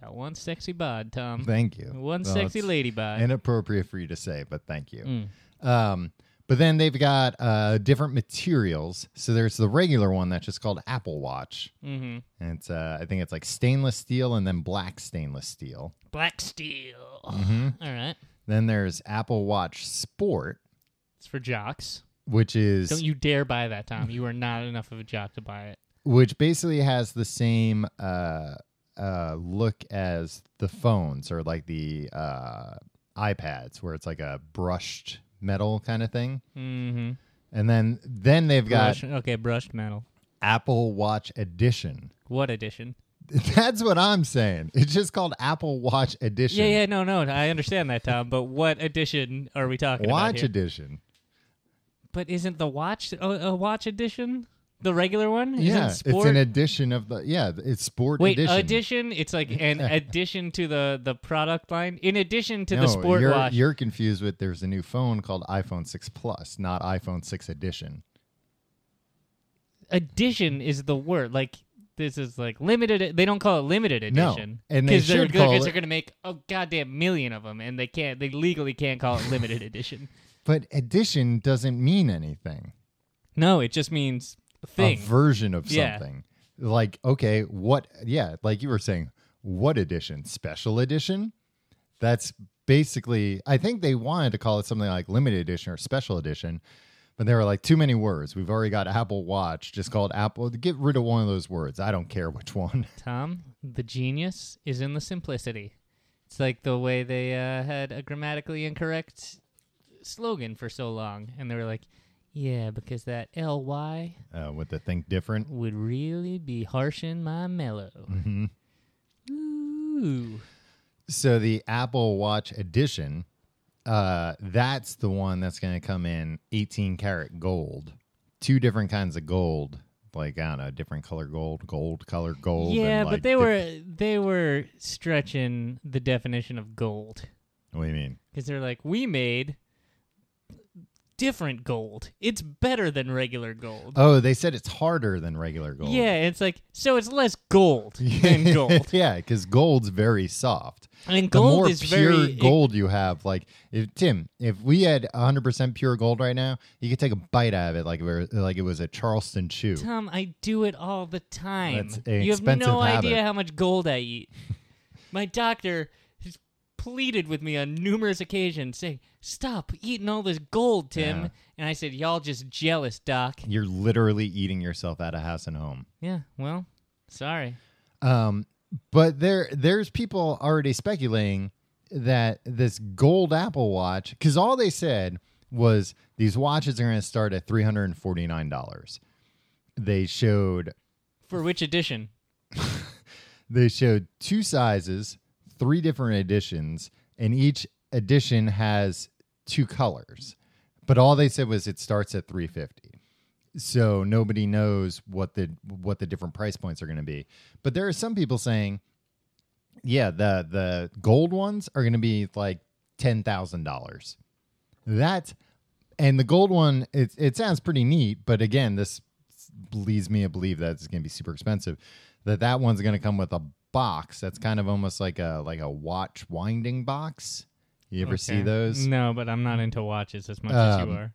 A: Got one sexy bod, Tom.
B: Thank you.
A: Mm. One
B: Well,
A: sexy
B: it's
A: lady bod.
B: Inappropriate for you to say, but thank you.
A: Mm.
B: Um, but then they've got uh, different materials. So there's the regular one that's just called Apple Watch,
A: mm-hmm.
B: and it's uh, I think it's like stainless steel and then black stainless steel.
A: Black steel.
B: Mm-hmm.
A: All right.
B: Then there's Apple Watch Sport,
A: It's for jocks.
B: which is
A: Don't you dare buy that, Tom. You are not enough of a jock to buy it.
B: which basically has the same uh, uh, look as the phones or like the uh, iPads, where it's like a brushed metal kind of thing.
A: Mm-hmm.
B: And then then they've got
A: Brushed, okay, brushed metal.
B: Apple Watch Edition. [LAUGHS]
A: What edition?
B: That's what I'm saying. It's just called Apple Watch Edition.
A: Yeah, yeah, no, no. I understand that, Tom. But what edition are we talking about
B: Watch
A: here?
B: Edition.
A: But isn't the watch a, a watch edition? The regular one? Isn't
B: yeah, it's
A: sport?
B: an edition of the yeah. It's Sport
A: Wait,
B: Edition.
A: addition? It's like
B: [LAUGHS]
A: an addition to the the product line. In addition to the
B: No,
A: sport
B: you're,
A: watch.
B: You're confused with there's a new phone called iPhone 6 Plus, not iPhone 6 Edition.
A: addition is the word. Like this is like limited. e, They don't call it limited
B: No,
A: edition.
B: and they
A: are
B: should call it-
A: they're going to make a goddamn million of them, and they can't. They legally can't call it
B: [LAUGHS]
A: limited edition.
B: But edition doesn't mean anything.
A: No, it just means
B: A
A: thing.
B: version of
A: Yeah.
B: something. Like, okay, what, yeah, like you were saying, what edition? Special edition? That's basically, I think they wanted to call it something like limited edition or special edition, but they were like, too many words. We've already got Apple Watch, just called Apple. Get rid of one of those words. I don't care which [LAUGHS] one.
A: Tom, the genius is in the simplicity. It's like the way they uh, had a grammatically incorrect slogan for so long, and they were like, "Yeah, because that ly
B: Uh, with the think different.
A: would really be harsh in my mellow." Ooh, Ooh.
B: So the Apple Watch edition, uh, that's the one that's going to come in 18 karat gold, two different kinds of gold, like I don't know, different color gold, gold color gold.
A: yeah,
B: and,
A: but
B: like,
A: they
B: diff-
A: were they were stretching the definition of gold
B: What do you mean?
A: because they're like, we made different gold. It's better than regular gold.
B: Oh, they said it's harder than regular gold. [LAUGHS]
A: Yeah, it's like so it's less gold than gold,
B: yeah, because gold's very soft.
A: and
B: the
A: gold
B: more
A: is
B: pure
A: very
B: gold you have, like if Tim, if we had 100% pure gold right now, you could take a bite out of it like it were, like it was a Charleston chew.
A: Tom, I do it all the time.
B: That's an
A: You have
B: expensive
A: no
B: habit.
A: idea how much gold I
B: [LAUGHS]
A: eat. My doctor has pleaded with me on numerous occasions, saying, "Stop eating all this gold, Tim."
B: Yeah.
A: And I said, "Y'all just jealous, doc."
B: You're literally eating yourself out of house and home.
A: Yeah, well, sorry.
B: Um, but there there's people already speculating that this gold Apple Watch, because all they said was these watches are going to start at three hundred and forty nine dollars. They showed
A: For which edition?
B: they showed two sizes, three different editions, and each edition has two colors. But all they said was it starts at 350. So nobody knows what the what the different price points are going to be. But there are some people saying, yeah, the the gold ones are going to be like $10,000. That and the gold one it it sounds pretty neat, but again, this leads me to believe that it's going to be super expensive. That that one's going to come with a box that's kind of almost like a like a watch winding box. You ever see
A: Okay.
B: those?
A: No, but I'm not into watches as much as you
B: Um,
A: are.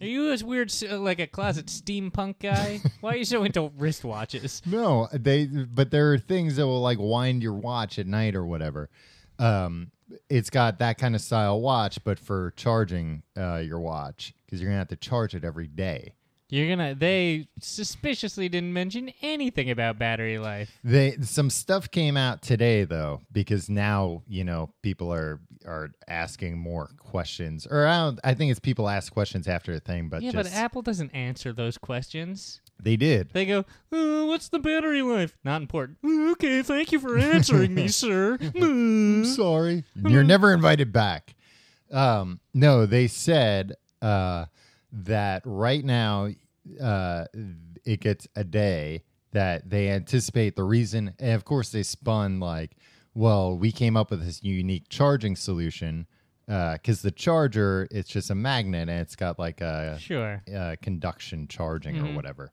A: Are you as weird, s- uh, like a closet steampunk
B: [LAUGHS]
A: guy? Why are you so into wristwatches?
B: No, they but there are things that will like wind your watch at night or whatever. Um it's got that kind of style watch but for charging uh your watch cuz you're going to have to charge it every day.
A: You're gonna. They suspiciously didn't mention anything about battery life.
B: They some stuff came out today though because now, you know, people are are asking more questions or I don't I think it's people ask questions after the thing but
A: yeah,
B: just
A: but Apple doesn't answer those questions.
B: they did.
A: They go, oh, "What's the battery life?" Not important. "Oh, okay, thank you for answering
B: [LAUGHS]
A: me, sir. [LAUGHS] Mm.
B: I'm sorry. Mm-hmm. You're never invited back. Um, no, they said uh, that right now uh, it gets a day that they anticipate the reason. And of course, they spun like, well, we came up with this unique charging solution because the charger, it's just a magnet and it's got like a,
A: Sure.
B: uh conduction charging or whatever. Um,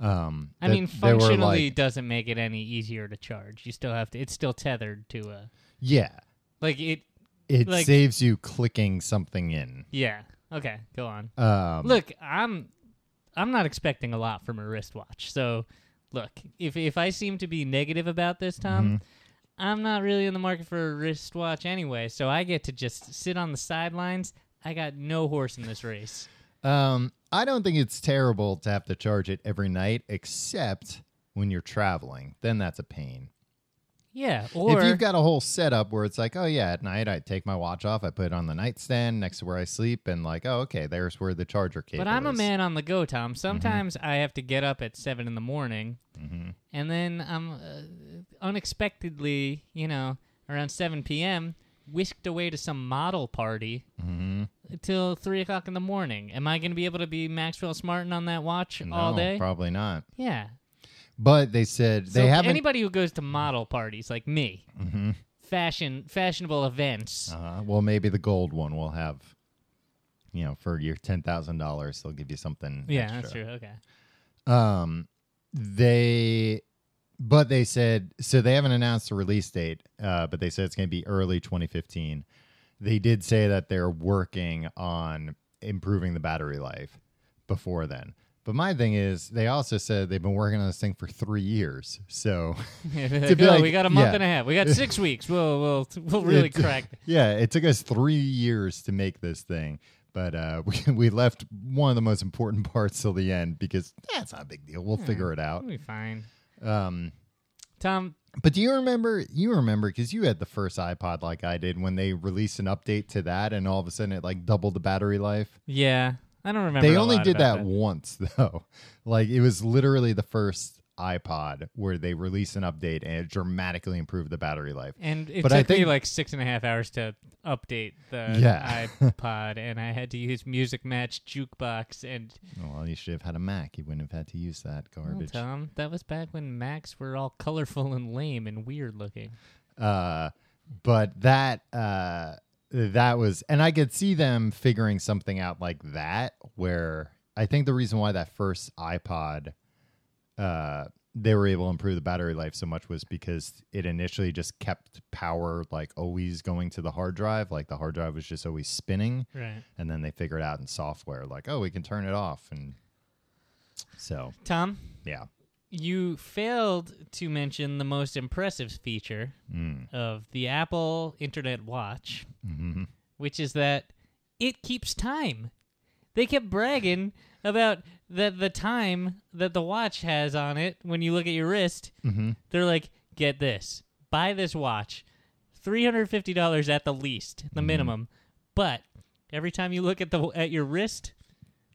A: Mm-hmm. I
B: that
A: mean,
B: they were,
A: functionally
B: like-
A: doesn't make it any easier to charge. You still have to. It's still tethered to a.
B: yeah,
A: Like it.
B: it
A: like-
B: saves you clicking something in.
A: Yeah. Okay. Go on.
B: Um,
A: Look, I'm. I'm not expecting a lot from a wristwatch. So, look, if if I seem to be negative about this, Tom. I'm not really in the market for a wristwatch anyway, so I get to just sit on the sidelines. I got no horse in this race.
B: Um, I don't think it's terrible to have to charge it every night, except when you're traveling. Then that's a pain.
A: Yeah, or
B: if you've got a whole setup where it's like, oh yeah, at night I take my watch off, I put it on the nightstand next to where I sleep, and like, oh okay, there's where the charger cable.
A: but I'm a
B: is.
A: man on the go,
B: Mm-hmm.
A: Tom. Sometimes I have to get up at seven in the morning,
B: Mm-hmm.
A: and then I'm uh, unexpectedly, you know, around seven p.m. whisked away to some model party
B: Mm-hmm.
A: till three o'clock in the morning. Am I going to be able to be Maxwell Smartin on that watch
B: No,
A: all day?
B: Probably not.
A: yeah.
B: But they said
A: so
B: they
A: to
B: haven't. Mm-hmm.
A: anybody who goes to model parties like me, fashion fashionable events.
B: uh, well, maybe the gold one will have. You know, for your ten thousand dollars, they'll give you something.
A: yeah,
B: extra.
A: that's true. Okay.
B: Um, they, but they said so they haven't announced a release date. Uh, but they said it's going to be early 2015. They did say that they're working on improving the battery life before then. But my thing is, they also said they've been working on this thing for three years. So [LAUGHS]
A: Like,
B: be
A: [LAUGHS] oh,
B: like-
A: we
B: [LAUGHS]
A: got a month
B: yeah.
A: and a half. We got
B: [LAUGHS]
A: six weeks. We'll we'll we'll really
B: It's-
A: crack.
B: yeah, it took us three years to make this thing. But uh, [LAUGHS] we, we left one of the most important [LAUGHS] parts till the end because that's not a big deal. We'll figure it out.
A: We'll be fine.
B: Um,
A: Tom,
B: But do you remember? You remember because you had the first iPod like I did when they released an update to that, and all of a sudden it like doubled the battery life.
A: yeah, I don't remember.
B: They
A: a
B: only
A: lot
B: [LAUGHS] did that,
A: about
B: once though. Like it was literally the first iPod where they released an update and it dramatically improved the battery life.
A: And it
B: But
A: took
B: I
A: me
B: think-
A: like six and a half hours to update the
B: Yeah. [LAUGHS]
A: iPod, and I had to use Music Match jukebox. And
B: Well, you should have had a Mac. You wouldn't have had to use that
A: well,
B: garbage.
A: Tom, that was back when Macs were all colorful and lame and weird looking.
B: uh, but that uh, that was, and I could see them figuring something out like that. Where I think the reason why that first iPod, uh, they were able to improve the battery life so much was because it initially just kept power like always going to the hard drive, like the hard drive was just always spinning,
A: Right.
B: and then they figured out in software like, oh, we can turn it off, and so
A: Tom,
B: yeah,
A: you failed to mention the most impressive feature
B: Hmm.
A: of the Apple Internet Watch,
B: Mm-hmm.
A: which is that it keeps time. They kept bragging about that the time that the watch has on it when you look at your wrist.
B: Mm-hmm.
A: They're like, get this, buy this watch, $350 at the least, the minimum. But every time you look at the at your wrist,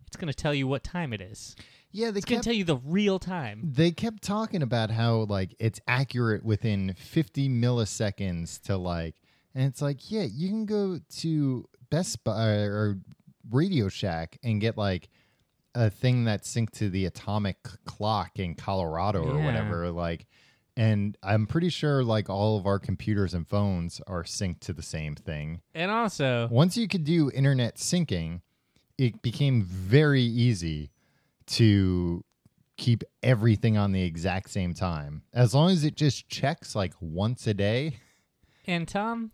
A: it's going to tell you what time it is.
B: yeah, they
A: It's going to tell you the real time.
B: they kept talking about how like it's accurate within 50 milliseconds to like and it's like yeah you can go to best buy uh, or radio shack and get like a thing that's synced to the atomic clock in colorado or
A: Yeah.
B: whatever like and i'm pretty sure like all of our computers and phones are synced to the same thing
A: And also,
B: once you could do internet syncing, it became very easy to keep everything on the exact same time. As long as it just checks like once a day.
A: And Tom,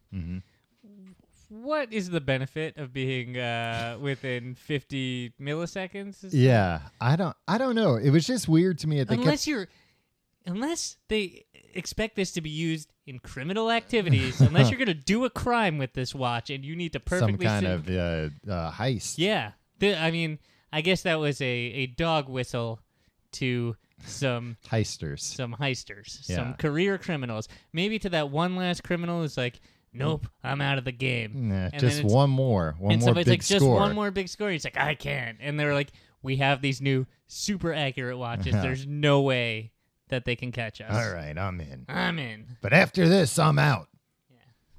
A: what is the benefit of being uh, within 50 milliseconds? Is-
B: Yeah, I don't I don't know. It was just weird to me that they
A: unless you're, unless they expect this to be used in criminal activities, unless
B: [LAUGHS]
A: you're going to do a crime with this watch and you need to
B: kept some
A: perfectly
B: kind
A: sync-
B: of uh, uh, heist.
A: yeah. The- I mean, I guess that was a, a dog whistle to some
B: Heisters.
A: some heisters,
B: Yeah.
A: some career criminals. Maybe to that one last criminal who's like, "Nope, I'm out of the game."
B: Nah,
A: And then
B: just
A: it's-
B: Mm, one more. One
A: and
B: more
A: somebody's
B: big
A: like,
B: score.
A: just one more big score. He's like, I can't. And they're like, we have these new super accurate watches.
B: Yeah.
A: There's no way that they can catch us.
B: All right, I'm in.
A: I'm in.
B: But after this, I'm out.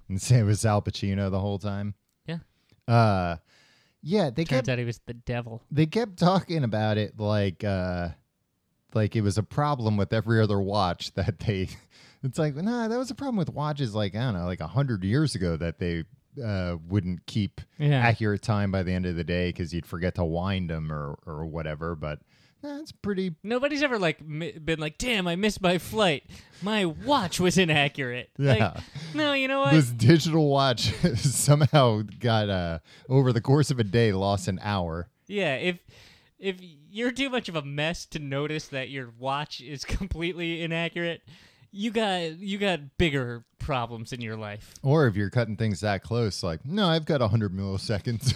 B: And [LAUGHS] say it was Al Pacino the whole time.
A: Yeah.
B: Uh yeah, they kept
A: Turns out he was the devil.
B: they kept talking about it like uh like it was a problem with every other watch [LAUGHS] that they it's like nah that was a problem with watches like i don't know like 100 years ago that they uh wouldn't keep
A: Yeah.
B: accurate time by the end of the day because you'd forget to wind them or or whatever but that's pretty
A: Nobody's ever like mi- been like, damn, I missed my flight. My watch was [LAUGHS] inaccurate.
B: Yeah.
A: Like, no, you know what?
B: this digital watch [LAUGHS] somehow got uh over the course of a day lost an hour
A: Yeah, if if you're too much of a mess to notice that your watch is [LAUGHS] completely inaccurate, you got you got bigger problems in your life.
B: or if you're cutting things that close like no i've got 100 milliseconds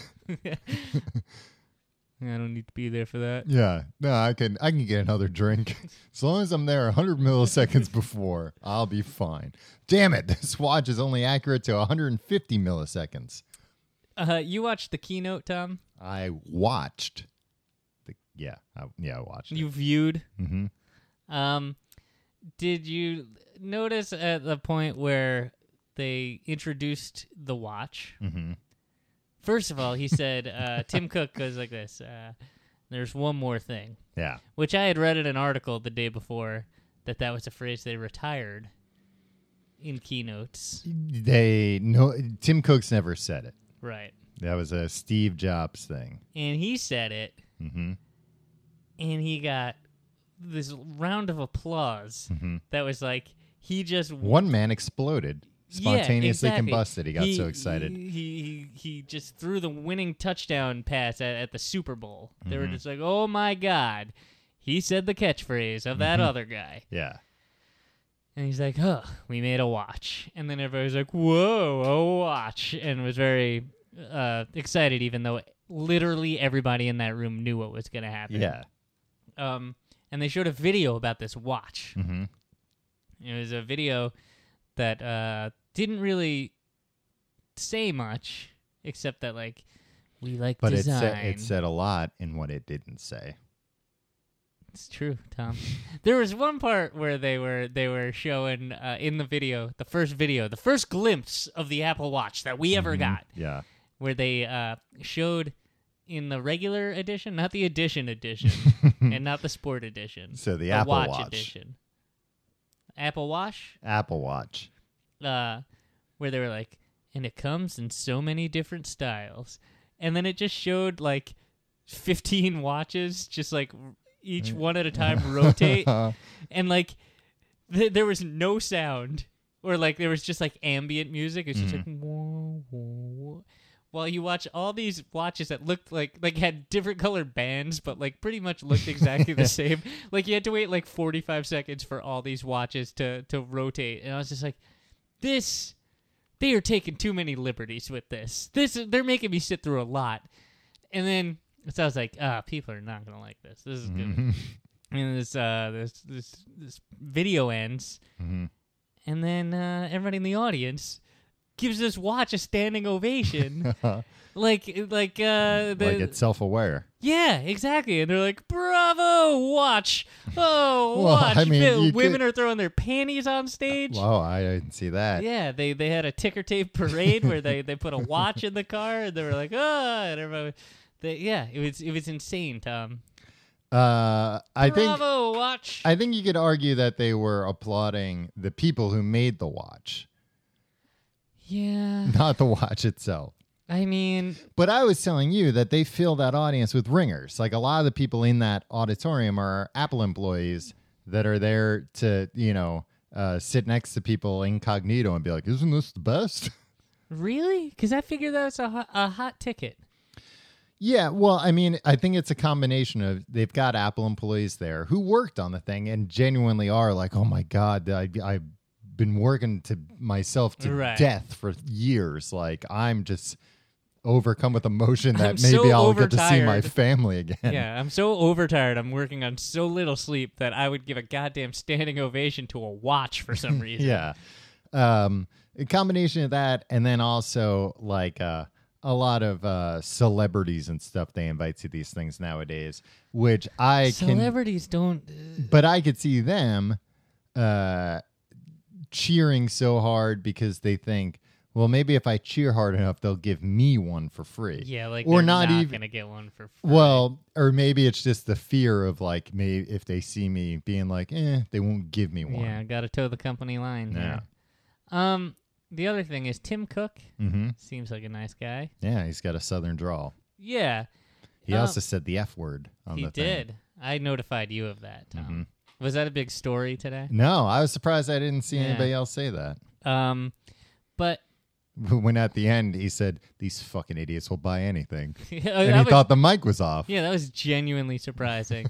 A: I don't need to be there for that.
B: Yeah, no, I can I can get another drink [LAUGHS] as long as I'm there
A: [LAUGHS]
B: 100 milliseconds before. I'll be fine. Damn it, [LAUGHS] this watch is only accurate to 150 milliseconds.
A: Uh, you watched the keynote, Tom.
B: I watched. The, yeah, I, yeah, I watched. it.
A: You viewed.
B: Mhm.
A: Um, did you notice at the point where they introduced the watch?
B: Mhm.
A: First of all, he said uh, Tim Cook goes like this. Uh, There's one more thing,
B: Yeah,
A: which I had read in an article the day before that that was a phrase they retired in keynotes.
B: they no. Tim Cook's never said it.
A: Right.
B: That was a Steve Jobs thing.
A: and he said it,
B: Mhm.
A: and he got this round of applause that was like he just
B: Hmm. Mm-hmm. One man exploded, spontaneously
A: yeah, exactly.
B: combusted. He got so excited.
A: He, he he just threw the winning touchdown pass at, at the Super Bowl. They
B: Mm-hmm.
A: were just like, "Oh my god." He said the catchphrase of that
B: Mm-hmm.
A: other guy.
B: yeah,
A: And he's like, "Huh, we made a watch." And then everybody was like, "Whoa, a watch!" And was very uh, excited, even though literally everybody in that room knew what was going to happen.
B: yeah.
A: Um, and they showed a video about this watch.
B: Mhm.
A: It was a video that uh, didn't really say much, except that like we like
B: But uh, it
A: design.
B: said, it said a lot in what it didn't say.
A: It's true, Tom. there was one part where they were they were showing uh, in the video, the first video, the first glimpse of the Apple Watch that we ever got,
B: Mm-hmm. Yeah.
A: where they uh, showed in the regular edition, not the edition
B: [LAUGHS]
A: edition, and not the sport edition.
B: So the Apple
A: watch,
B: Watch.
A: edition. Apple Watch,
B: Apple Watch.
A: uh, where they were like, and it comes in so many different styles, and then it just showed like fifteen watches, just like r- each one at a time
B: [LAUGHS]
A: rotate, and like th- there was no sound, or like there was just like ambient music. It's just like wah, wah, wah. while you watch all these watches that looked like like had different colored bands, but like pretty much looked exactly the same. Like you had to wait like forty five seconds for all these watches to to rotate, and I was just like, this. They are taking too many liberties with this. This they're making me sit through a lot, and then so I was like, ah, people are not gonna like this. This is good
B: Mm-hmm.
A: and this uh this this this video ends and then uh everybody in the audience gives this watch a standing
B: [LAUGHS]
A: ovation [LAUGHS] like like uh the,
B: like it's self aware.
A: yeah exactly and they're like bravo watch oh
B: [LAUGHS] Well,
A: watch
B: I mean,
A: The
B: you
A: women
B: could-
A: are throwing their panties on stage
B: Wow, I didn't see that.
A: yeah, they, they had a ticker tape parade where they, they put a watch in the car and they were like, oh, and everybody, they, yeah, it was it was insane, Tom.
B: Uh, I think
A: Bravo, watch.
B: I think you could argue that they were applauding the people who made the watch, [LAUGHS]
A: yeah,
B: not the watch itself.
A: I mean,
B: But I was telling you that they fill that audience with ringers. Like a lot of the people in that auditorium are Apple employees that are there to, you know, uh, sit next to people incognito and be like, "Isn't this the best?"
A: Really? Because I figured that was a hot, a hot ticket.
B: Yeah, well, I mean, I think it's a combination of they've got Apple employees there who worked on the thing and genuinely are like, oh my God, I, I've been working to myself to
A: Right.
B: death for years. Like, I'm just overcome with emotion that
A: I'm
B: maybe
A: so
B: I'll get to see my
A: overtired.
B: family again.
A: Yeah, I'm so overtired. I'm working on so little sleep that I would give a goddamn standing ovation to a watch for [LAUGHS] some reason.
B: [LAUGHS] yeah. Um, a combination of that and then also like uh, a lot of uh, celebrities and stuff they invite to these things nowadays, which I can
A: Celebrities don't. Uh,
B: but I could see them uh, cheering so hard because they think, well, maybe if I cheer hard enough, they'll give me one for free.
A: yeah, like
B: or
A: they're
B: not,
A: not,
B: even.
A: gonna get one for. Free.
B: Well, or maybe it's just the fear of like, maybe if they see me being like, eh, they won't give me one.
A: yeah, gotta toe the company line.
B: Yeah.
A: there. Um, the other thing is Tim Cook
B: hmm
A: seems like a nice guy.
B: Yeah, he's got a southern drawl.
A: Yeah,
B: He
A: Oh.
B: also said the F word on
A: he
B: the thing. Mm-hmm.
A: did. I notified you of that. Tom. Was that a big story today?
B: No, I was surprised I didn't see
A: Yeah.
B: anybody else say that. [LAUGHS]
A: Um, but [LAUGHS]
B: When at the end he said, "These fucking idiots will buy anything," and
A: I
B: he
A: was-
B: thought the mic was off.
A: Yeah, that was genuinely surprising.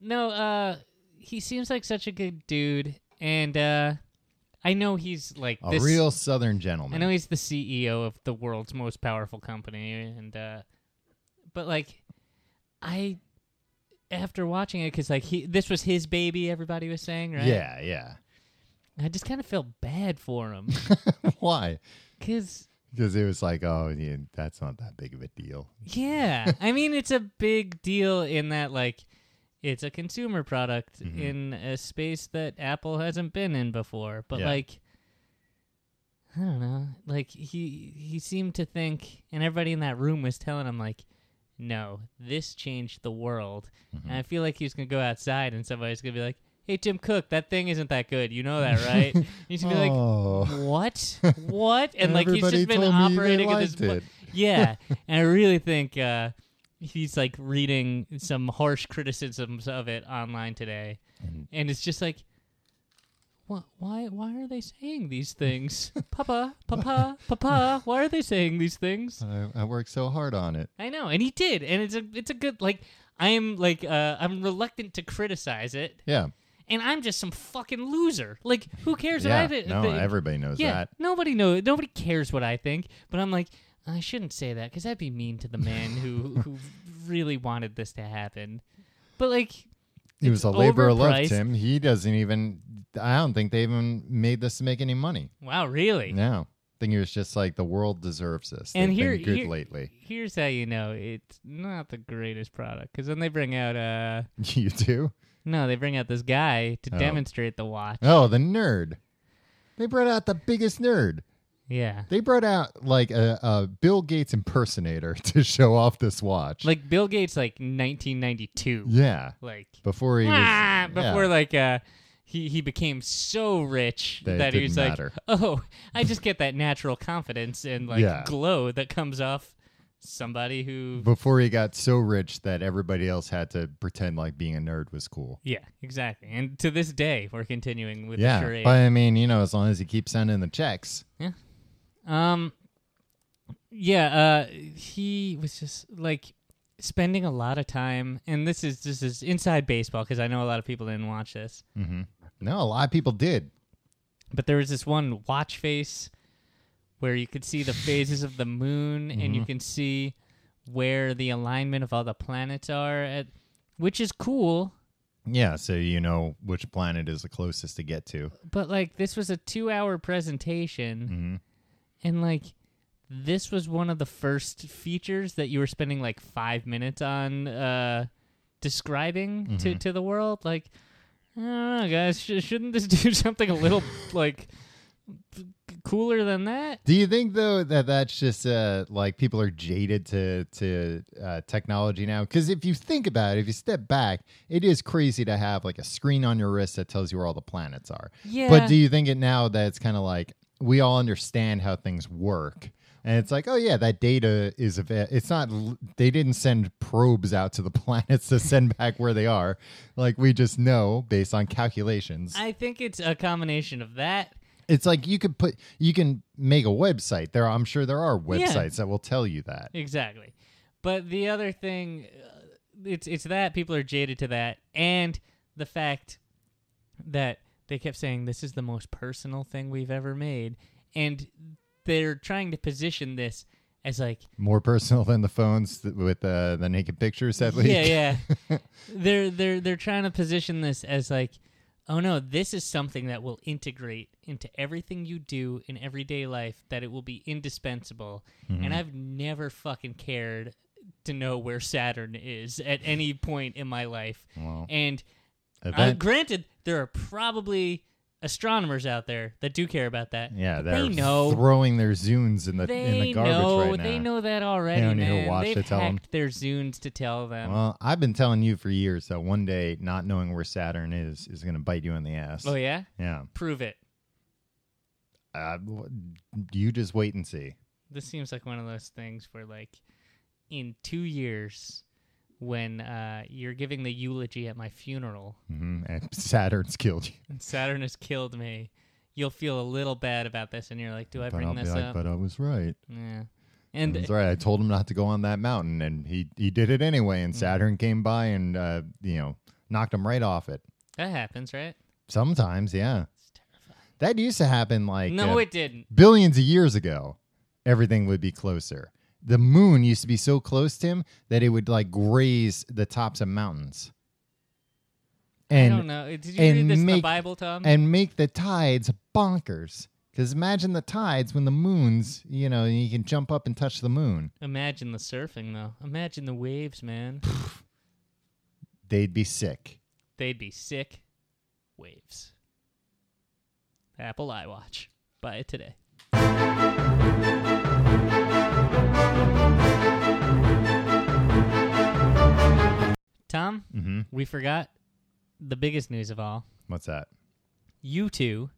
A: no, uh he seems like such a good dude and uh I know he's like
B: A
A: this
B: real southern
A: I
B: gentleman.
A: know he's the CEO of the world's most powerful company and uh but like I after watching it cuz like he this was his baby everybody was saying, right?
B: Yeah, yeah. [LAUGHS]
A: I just kind of felt bad for him
B: Why?
A: cuz
B: Because it was like, oh, yeah, that's not that big of a deal.
A: Yeah. I mean, it's a big deal in that, like, it's a consumer product
B: Mhm.
A: in a space that Apple hasn't been in before. But,
B: Yeah.
A: like, I don't know. Like, he, he seemed to think, and everybody in that room was telling him, like, no, this changed the world.
B: Mm-hmm.
A: And I
B: Mm.
A: feel like he's going to go outside and somebody's going to be like, hey, Tim Cook, that thing isn't that good. You know that,
B: [LAUGHS]
A: right? And he's going to be like,
B: oh, [LAUGHS]
A: what? What? And like he's
B: Everybody
A: just been
B: told me they
A: operating at this
B: liked it.
A: point. Yeah. and I really think uh he's like reading some harsh criticisms of it online today. And it's just like what, why why are they saying these
B: [LAUGHS]
A: things? papa, papa, papa, why are they saying these things?
B: I, I worked so hard on it.
A: I know, and he did. And it's a it's a good like I'm like uh I'm reluctant to criticize it.
B: Yeah,
A: And I'm just some fucking loser. Like who cares what
B: yeah.
A: I thi-
B: no,
A: thi-
B: everybody knows
A: yeah,
B: that.
A: nobody knows. Nobody cares what I think. But I'm like, I shouldn't say that because that'd be mean to the man
B: [LAUGHS]
A: who who really wanted this to happen. But like,
B: It was a labor of love,
A: overpriced.
B: Tim. He doesn't even. I don't think they even made this to make any money.
A: wow, really?
B: No, think it was just like the world deserves this.
A: And
B: They've
A: here-
B: been good
A: here-
B: lately. [LAUGHS]
A: Here's how you know it's not the greatest product because then they bring out uh
B: You do?
A: no they bring out this guy to
B: Oh.
A: demonstrate the watch.
B: Oh, the nerd. They brought out the biggest nerd.
A: Yeah,
B: They brought out like a, a Bill Gates impersonator [LAUGHS] to show off this watch.
A: like Bill Gates like 1992.
B: yeah,
A: Like
B: before he was
A: ah, before
B: yeah.
A: like uh he he became so rich
B: That it
A: that, he was
B: didn't matter.
A: like [LAUGHS] oh I just get that natural confidence and like
B: Yeah.
A: glow that comes off somebody who
B: before he got so rich that everybody else had to pretend like being a nerd was cool.
A: yeah exactly and to this day we're continuing with the
B: Yeah,
A: charade.
B: but I mean, you know, as long as you keep sending the checks,
A: Um, yeah, uh, he was just like spending a lot of time, and this is this is inside baseball because I know a lot of people didn't watch this,
B: no, a lot of people did.
A: but there was this one watch face where you could see the phases of the moon, and you can see where the alignment of all the planets are at, which is cool.
B: Yeah, so you know which planet is the closest to get to.
A: But like, this was a two-hour presentation.
B: Mhm.
A: And like this was one of the first features that you were spending like five minutes on uh describing to to the world. Like, I don't know, guys, sh- shouldn't this [LAUGHS] do something a little like c- cooler than that?
B: Do you think though that that's just uh, like people are jaded to to uh, technology now? Because if you think about it, if you step back, it is crazy to have like a screen on your wrist that tells you where all the planets are.
A: Yeah.
B: But do you think it now that it's kind of like we all understand how things work? And it's like, oh yeah, that data is. Av- it's not. l- They didn't send probes out to the [LAUGHS] planets to send back where they are. Like we just know based on calculations.
A: I think it's a combination of that.
B: It's like you could put you can make a website. There I'm sure there are websites that will tell you that.
A: Exactly. But the other thing, uh, it's it's that people are jaded to that, and the fact that they kept saying this is the most personal thing we've ever made, and they're trying to position this as like,
B: More personal than the phones th- with uh, the naked pictures that leak.
A: yeah, yeah. they're they're they're trying to position this as like, oh no, this is something that will integrate into everything you do in everyday life. That it will be indispensable.
B: Mm-hmm.
A: And I've never fucking cared to know where Saturn is at any point in my life.
B: [LAUGHS] Well,
A: And uh,
B: event.
A: granted, there are probably astronomers out there that do care about that.
B: yeah,
A: but
B: they're
A: they know
B: throwing their zooms in the
A: they
B: in the garbage
A: know.
B: right now.
A: They know that already,
B: don't need to
A: man.
B: watch
A: They've
B: to tell 'em.
A: hacked their Zunes to tell them.
B: Well, I've been telling you for years that one day not knowing where Saturn is is going to bite you in the ass.
A: oh yeah,
B: yeah.
A: prove it.
B: Uh, w- you just wait and see.
A: This seems like one of those things where, like, in two years, when uh, you're giving the eulogy at my funeral
B: hmm And [LAUGHS] Saturn's killed you.
A: and Saturn has killed me, you'll feel a little bad about this, and you're like, "Do I
B: But
A: bring
B: I'll be
A: this
B: like,
A: up?"
B: but I was right.
A: yeah. And
B: That's right. I told him not to go on that mountain, and he he did it anyway.
A: Mm.
B: And Saturn came by and uh, you know knocked him right off it.
A: that happens, right?
B: Sometimes, yeah,
A: It's terrifying.
B: that used to happen like
A: No,
B: uh,
A: it didn't.
B: billions of years ago. Everything would be closer. The moon used to be so close to him that it would like graze the tops of mountains,
A: I don't
B: and
A: know. Did you
B: and
A: read this in the
B: make-
A: Bible, Tom?
B: and make the tides bonkers. Because imagine the tides when the moon's you know you can jump up and touch the moon.
A: Imagine the surfing, though. Imagine the waves, man.
B: They'd be sick.
A: They'd be sick. Waves. Apple iWatch. Buy it today. Tom,
B: Mm-hmm.
A: we forgot the biggest news of all.
B: What's that?
A: U2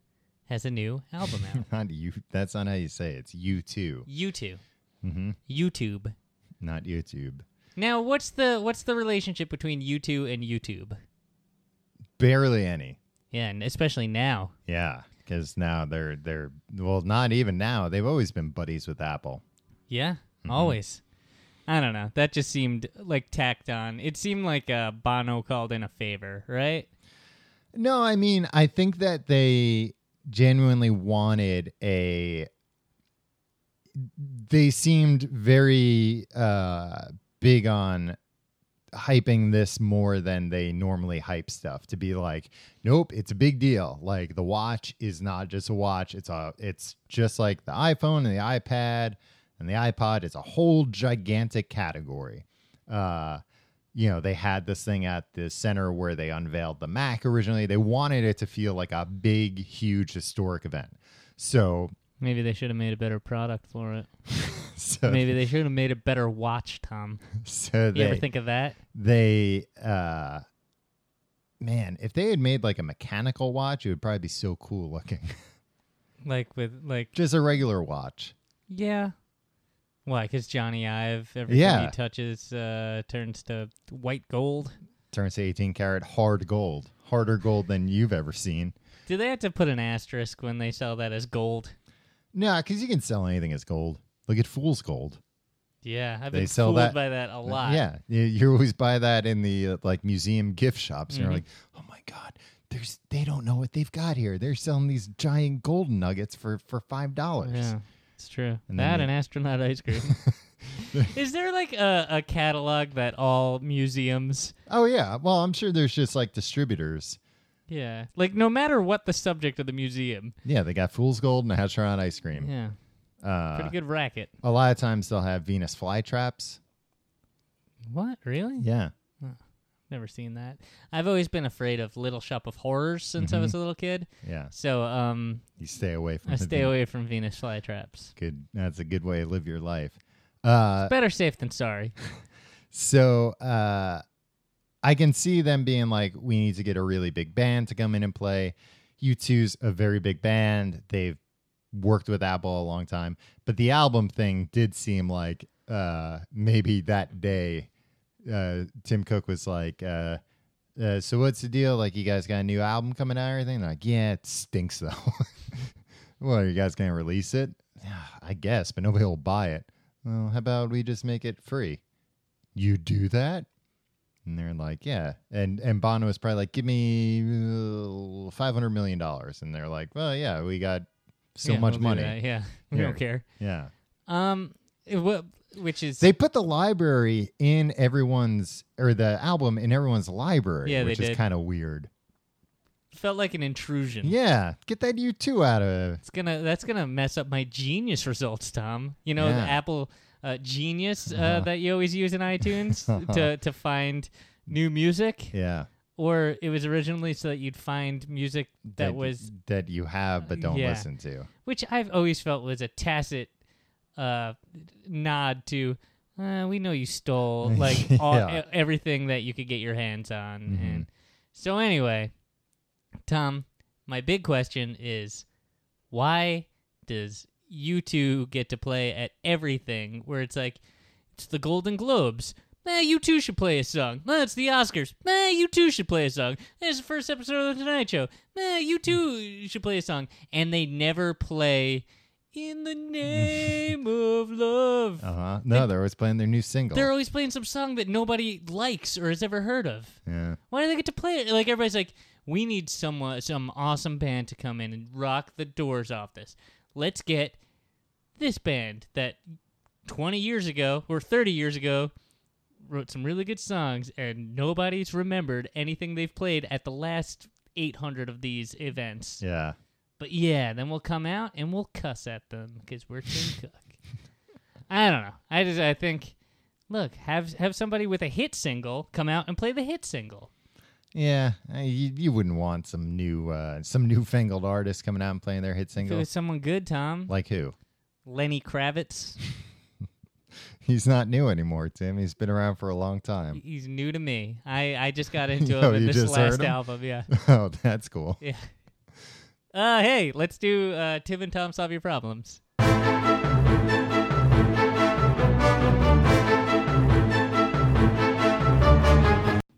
A: has a new album
B: [LAUGHS]
A: out.
B: Not you. That's not how you say it. It's YouTube,
A: U2.
B: Mhm.
A: YouTube.
B: not YouTube.
A: Now, what's the what's the relationship between U2 and YouTube?
B: Barely any.
A: Yeah, and especially now.
B: Yeah, because now they're they're well, not even now. They've always been buddies with Apple.
A: Yeah,
B: Mm-hmm.
A: always. I don't know. That just seemed like tacked on. It seemed like uh, Bono called in a favor, right?
B: No, I mean, I think that they genuinely wanted a. They seemed very uh, big on hyping this more than they normally hype stuff to be like nope it's a big deal like the watch is not just a watch it's a it's just like the iphone and the ipad and the ipod it's a whole gigantic category uh you know they had this thing at the center where they unveiled the mac originally they wanted it to feel like a big huge historic event so [LAUGHS]
A: Maybe they should have made a better product for it.
B: so
A: [LAUGHS] Maybe they should have made a better watch, Tom.
B: so
A: You
B: they
A: ever think of that?
B: they uh man if they had made like a mechanical watch it would probably be so cool looking [LAUGHS]
A: Like with like
B: just a regular watch
A: yeah. Why? Because Johnny Ive, everything
B: Yeah.
A: he touches uh, turns to white gold.
B: turns to 18 karat hard gold harder gold than you've ever seen
A: Do they have to put an asterisk when they sell that as gold?
B: no because you can sell anything as gold look at fool's gold
A: Yeah, I've
B: They
A: been
B: sell
A: fooled
B: that-
A: by that a lot.
B: yeah you, you always buy that in the uh, like museum gift shops and you're
A: Mhm.
B: like oh my god there's they don't know what they've got here they're selling these giant gold nuggets for for five dollars
A: Yeah, it's true.
B: And then
A: that
B: you-
A: and astronaut ice
B: [LAUGHS]
A: cream. Is there like a, a catalog that all museums?
B: oh yeah well i'm sure there's just like distributors
A: Yeah, like no matter what the subject of the museum.
B: Yeah, they got Fool's Gold and Hatcheron ice cream.
A: Yeah,
B: Uh,
A: pretty good racket.
B: a lot of times they'll have Venus flytraps.
A: What really?
B: Yeah.
A: Never seen that. I've always been afraid of Little Shop of Horrors since
B: Mm-hmm.
A: I was a little kid.
B: Yeah.
A: So um,
B: You stay away from
A: I
B: the
A: stay
B: Ven-
A: away from Venus flytraps.
B: Good. That's a good way to live your life. Uh,
A: Better safe than sorry.
B: so uh, I can see them being like, we need to get a really big band to come in and play. U2's a very big band. They've worked with Apple a long time. But the album thing did seem like uh, maybe that day uh, Tim Cook was like, uh, uh, so what's the deal? Like, you guys got a new album coming out or anything? They're like, yeah, it stinks though. [LAUGHS] well, are you guys going to release it? "Yeah, I guess, but nobody will buy it. Well, how about we just make it free? You do that? And they're like, yeah. And and Bono was probably like, give me uh, $500 million. And they're like, well, yeah, we got so
A: Yeah,
B: much
A: we'll do
B: money.
A: that. Yeah, we
B: Here.
A: don't care.
B: Yeah.
A: Um, it, wh- which is
B: They put the library in everyone's or the album in everyone's library,
A: Yeah, they
B: which is
A: did. Mm-hmm.
B: kind of weird.
A: felt like an intrusion.
B: Yeah, get that U two out of.
A: It's gonna that's gonna mess up my genius results, Tom. You know
B: Yeah. Uh-huh.
A: the Apple uh, Genius uh, that you always use in
B: [LAUGHS]
A: iTunes to to find new music,
B: Yeah,
A: or it was originally so that you'd find music that, was
B: that you have but don't
A: yeah.
B: listen to.
A: which I've always felt was a tacit uh, nod to. Uh, we know you
B: [LAUGHS]
A: stole like all,
B: Yeah. Mm-hmm.
A: e- everything that you could get your hands on, and so anyway, Tom, my big question is, why does you two get to play at everything? Where it's like, it's the Golden Globes. Eh, you two should play a song. Eh, it's the Oscars. Eh, you two should play a song. It's the first episode of The Tonight Show. Eh, you two should play a song. And they never play In the Name of Love.
B: Uh huh. No, they, are always playing their new single.
A: They're always playing some song that nobody likes or has ever heard of.
B: yeah,
A: Why do they get to play it? Like everybody's like, we need someone, some awesome band to come in and rock the doors off this. Let's get this band that 20 years ago or 30 years ago wrote some really good songs, and nobody's remembered anything they've played at the last 800 of these events.
B: yeah.
A: But yeah, then we'll come out and we'll cuss at them because we're Tim Cook. I don't know. I just I think, look, have have somebody with a hit single come out and play the hit single.
B: Yeah, Uh, you, you wouldn't want some new, uh, some newfangled artist coming out and playing their hit
A: If
B: single.
A: it was someone good, Tom,
B: Like who?
A: Lenny Kravitz,
B: He's not new anymore, Tim. He's been around for a long time.
A: he's new to me. I I just
B: [LAUGHS]
A: got into
B: Yo,
A: him in
B: you
A: this
B: just
A: last
B: heard him?
A: album.
B: [LAUGHS]
A: Yeah,
B: oh, that's cool. [LAUGHS]
A: yeah. Uh, hey, let's do uh, Tim and Tom solve your problems.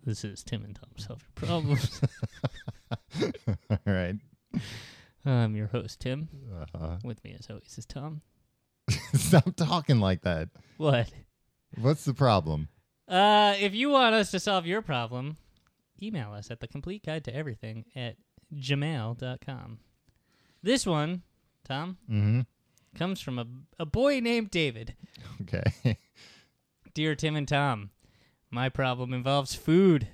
A: This is Tim and Tom solve your problems. [LAUGHS]
B: All right.
A: I'm your host, Tim.
B: Uh-huh. [LAUGHS]
A: With me, as always, is Tom.
B: Stop talking like that.
A: What?
B: What's the problem?
A: Uh, if you want us to solve your problem, email us at the complete guide to everything at gmail.com. This one, Tom,
B: Mm-hmm. [LAUGHS]
A: comes from a, a boy named David.
B: Okay. [LAUGHS]
A: Dear Tim and Tom, My problem involves food.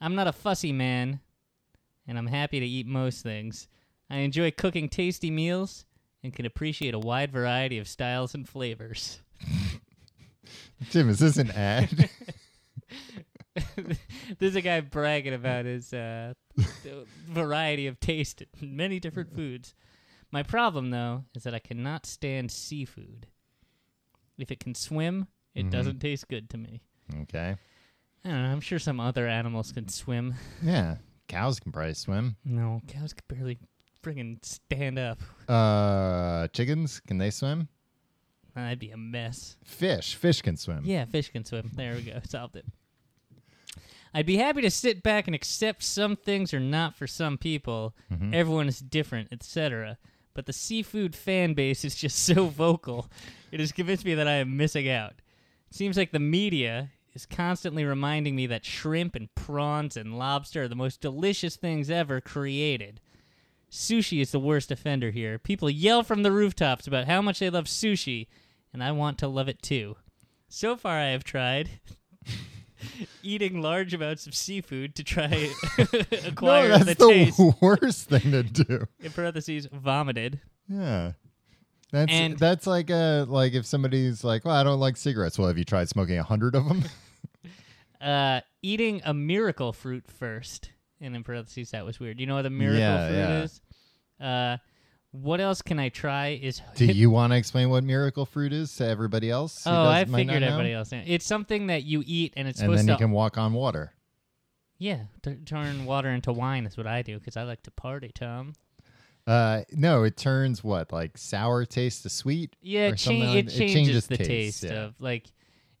A: I'm not a fussy man, and I'm happy to eat most things. I enjoy cooking tasty meals and can appreciate a wide variety of styles and flavors.
B: Jim, is this
A: [LAUGHS]
B: an ad?
A: There's a guy bragging about his uh, variety of taste, in many different foods. My problem, though, is that I cannot stand seafood. If it can swim, it
B: Mhm.
A: doesn't taste good to me.
B: okay.
A: I don't know. I'm sure some other animals can swim.
B: Yeah. Cows can probably swim.
A: No, cows could barely friggin' stand up.
B: Uh, chickens, can they swim?
A: That'd be a mess.
B: Fish. Fish can swim.
A: Yeah, fish can swim. There we go. [LAUGHS] Solved it. I'd be happy to sit back and accept some things are not for some people.
B: Mm-hmm.
A: Everyone is different, etc. But the seafood fan base is just so [LAUGHS] vocal. It has convinced me that I am missing out. It seems like the media is constantly reminding me that shrimp and prawns and lobster are the most delicious things ever created. Sushi is the worst offender here. People yell from the rooftops about how much they love sushi, and I want to love it too. So far, I have tried [LAUGHS] eating large amounts of seafood to
B: [LAUGHS]
A: try [LAUGHS] acquire
B: No, that's
A: the
B: the,
A: taste.
B: [LAUGHS] worst thing to do.
A: In parentheses, vomited.
B: Yeah. That's
A: And-
B: that's like uh like if somebody's like, well, I don't like cigarettes. Well, have you tried smoking a hundred
A: [LAUGHS]
B: of them?
A: Uh, eating a miracle fruit first. And in parentheses, that was weird. You know what a miracle
B: Yeah,
A: fruit
B: yeah.
A: is? Uh, what else can I try? Is [LAUGHS]
B: do you want to explain what miracle fruit is to everybody else? who
A: Oh,
B: does-
A: I
B: might not
A: figured
B: know?
A: everybody else. knew. It's something that you eat, and it's
B: And
A: supposed
B: then you
A: to
B: can walk on water.
A: Yeah, t- turn water into wine is what I do because I like to party, Tom.
B: Uh, no, it turns what like sour taste to sweet.
A: Yeah,
B: or
A: it,
B: something
A: cha-
B: like-
A: it changes, the taste,
B: yeah.
A: of like.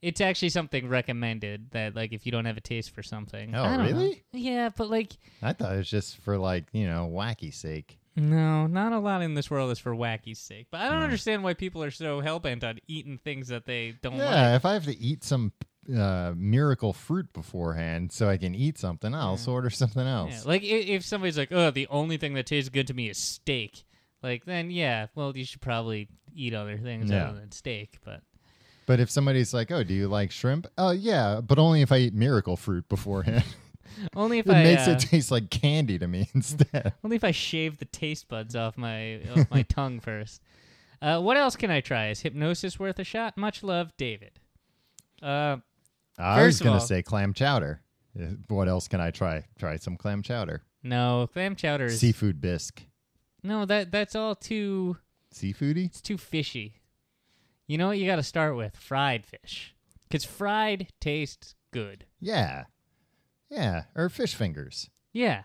A: It's actually something recommended that like if you don't have a taste for something.
B: Oh,
A: I don't know.
B: really?
A: Yeah, but like
B: I thought it was just for like you know wacky sake.
A: no, not a lot in this world is for wacky's sake. But I don't understand why people are so hell bent on eating things that they don't like.
B: Yeah, if I have to eat some uh, miracle fruit beforehand so I can eat something else, order something
A: Yeah,
B: else.
A: like i- if somebody's like, "Oh, the only thing that tastes good to me is steak," like then yeah, well you should probably eat other things
B: Yeah.
A: other than steak. But
B: But if somebody's like, "Oh, do you like shrimp?" Oh, yeah, but only if I eat miracle fruit beforehand.
A: only if
B: [LAUGHS] it
A: I
B: makes
A: uh,
B: it taste like candy to me [LAUGHS] instead.
A: Only if I shave the taste buds off my off
B: [LAUGHS]
A: my tongue first. Uh, what else can I try? Is hypnosis worth a shot? Much love, David. Uh,
B: I was
A: First of
B: gonna
A: all-
B: say clam chowder. Uh, What else can I try? Try some clam chowder,
A: no, clam chowder is
B: seafood bisque,
A: no. That that's all too.
B: seafoody.
A: It's too fishy. You know what you got to start with? Fried fish, because fried tastes good.
B: Yeah, yeah, or fish fingers.
A: Yeah,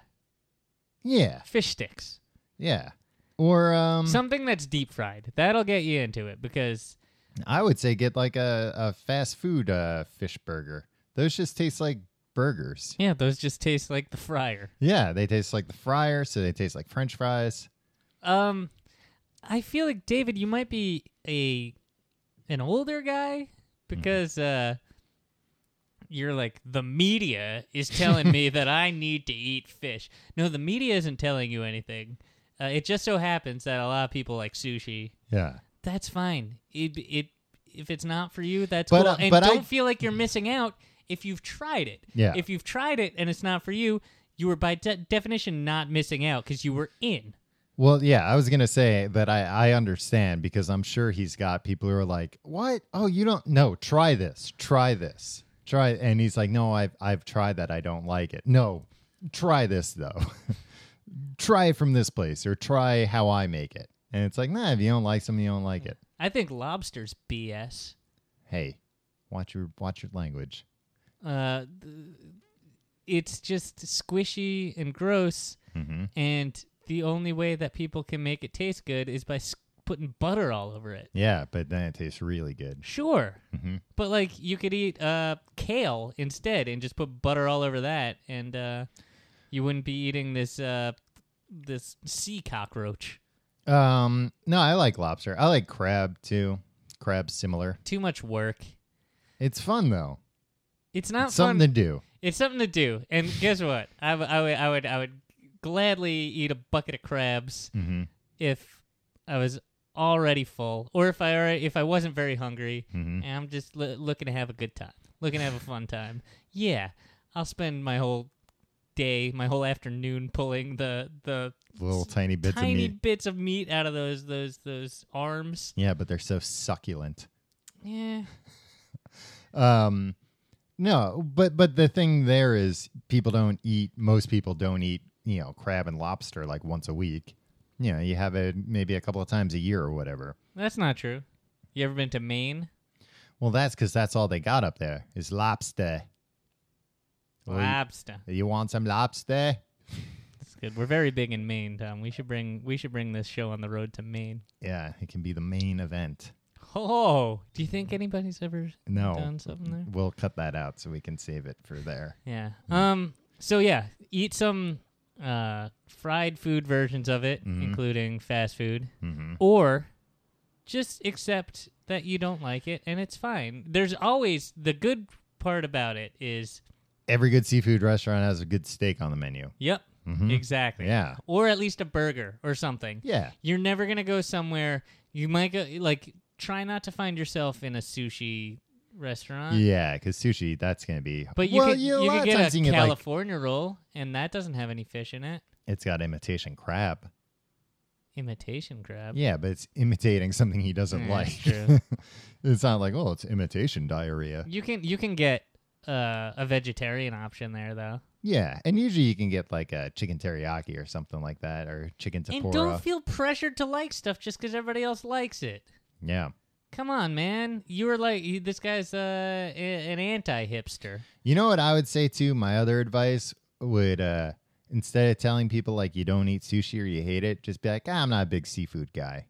B: Yeah,
A: fish sticks.
B: yeah. Or um,
A: Something that's deep fried. That'll get you into it because
B: I would say get like a, a fast food uh, fish burger. Those just taste like burgers.
A: yeah, those just taste like the fryer.
B: Yeah, they taste like the fryer, so they taste like French fries.
A: Um, I feel like David, you might be a an older guy because uh, you're like the media is telling me that I need to eat fish. No, the media isn't telling you anything. Uh, it just so happens that a lot of people like sushi.
B: Yeah,
A: That's fine. It it if it's not for you, that's
B: But,
A: cool.
B: uh,
A: and
B: but I-
A: don't feel like you're missing out if you've tried it.
B: Yeah.
A: If you've tried it and it's not for you, you were by de- definition not missing out because you were in.
B: Well, yeah, I was gonna say that I I understand because I'm sure he's got people who are like, "What? Oh, you don't? No, try this, try this, try." And he's like, "No, I've I've tried that. I don't like it. No, try this though. [LAUGHS] try it from this place, or try how I make it." And it's like, "Nah, if you don't like something, you don't like it.
A: I think lobster's BS.
B: Hey, watch your watch your language."
A: Uh, th- it's just squishy and gross,
B: Mm-hmm.
A: and the only way that people can make it taste good is by s- putting butter all over it.
B: Yeah, but then it tastes really good.
A: Sure, but like you could eat uh, kale instead and just put butter all over that, and uh, you wouldn't be eating this uh, this sea cockroach.
B: Um, no, I like lobster. I like crab too. Crab's similar.
A: Too much work.
B: It's fun though.
A: It's not fun.
B: Something to do.
A: It's something to do, and guess what? I, w- I would, I would, I would gladly eat a bucket of crabs
B: Mm-hmm.
A: if I was already full, or if I already, if I wasn't very hungry,
B: Mm-hmm.
A: and I'm just l- looking to have a good time, looking to have a fun time. yeah, I'll spend my whole day, my whole afternoon pulling the the
B: Little tiny bits
A: tiny
B: of meat.
A: bits of meat out of those those those arms.
B: Yeah, but they're so succulent.
A: Yeah.
B: Um, no, but but the thing there is people don't eat. Most people don't eat. You know, crab and lobster like once a week. You know, you have it maybe a couple of times a year or whatever.
A: That's not true. You ever been to Maine?
B: Well, that's because that's all they got up there is lobster. Well, you-
A: Lobster.
B: You want some lobster?
A: That's good. We're very big in Maine, Tom. We should bring we should bring this show on the road to
B: [LAUGHS]
A: Maine.
B: Yeah, it can be the main event.
A: Oh, do you think anybody's ever
B: No.
A: done something there?
B: We'll cut that out so we can save it for there.
A: Yeah.
B: Mm-hmm.
A: Um. So yeah, eat some uh, fried food versions of it,
B: Mhm.
A: including fast food,
B: hmm
A: or just accept that you don't like it and it's fine. There's always the good part about it is,
B: Every good seafood restaurant has a good steak on the menu.
A: yep,
B: Mhm.
A: exactly,
B: Yeah.
A: or at least a burger or something.
B: Yeah.
A: You're never gonna go somewhere. You might go like try not to find yourself in a sushi restaurant.
B: Yeah, because sushi, that's going to be.
A: But you
B: well,
A: could,
B: a
A: you
B: lot
A: could
B: of
A: get
B: times
A: a
B: you can get, like,
A: California roll, and that doesn't have any fish in it.
B: it's got imitation crab.
A: Imitation crab.
B: Yeah, but it's imitating something he doesn't
A: Yeah,
B: like.
A: true.
B: [LAUGHS] it's not like, oh, it's imitation diarrhea.
A: You can you can get uh, a vegetarian option there though,
B: Yeah, and usually you can get like a chicken teriyaki or something like that, or chicken
A: and don't
B: tempura.
A: feel pressured to like stuff just because everybody else likes it.
B: yeah,
A: Come on, man. You were like you- this guy's uh, a- an anti-hipster.
B: you know what I would say too. My other advice would uh, instead of telling people like you don't eat sushi or you hate it, just be like, ah, I'm not a big seafood guy.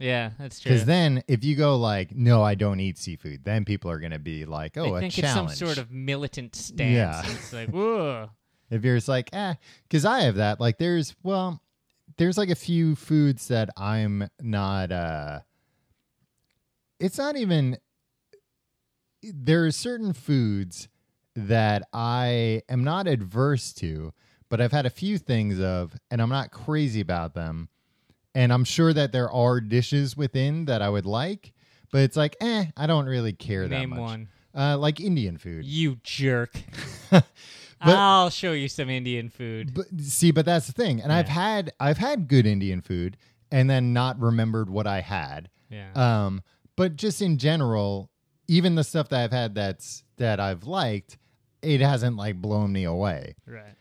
A: Yeah, that's true.
B: Because then if you go like, no, I don't eat seafood, then people are gonna be like, oh,
A: I
B: a
A: think
B: challenge.
A: it's some sort of militant stance.
B: Yeah. [LAUGHS]
A: It's like, whoa.
B: If you're just like, eh, because I have that. Like, there's well, there's like a few foods that I'm not. uh It's not even. There are certain foods that I am not adverse to, but I've had a few things of, and I'm not crazy about them. And I'm sure that there are dishes within that I would like, but it's like, eh, I don't really care that
A: Name
B: much.
A: one.
B: Uh, like Indian food.
A: You jerk.
B: [LAUGHS] But-
A: I'll show you some Indian food.
B: But see, but that's the thing. And I've
A: Yeah.
B: had I've had good Indian food and then not remembered what I had.
A: yeah.
B: Um, but just in general, even the stuff that I've had that's that I've liked, it hasn't like blown me away.
A: right.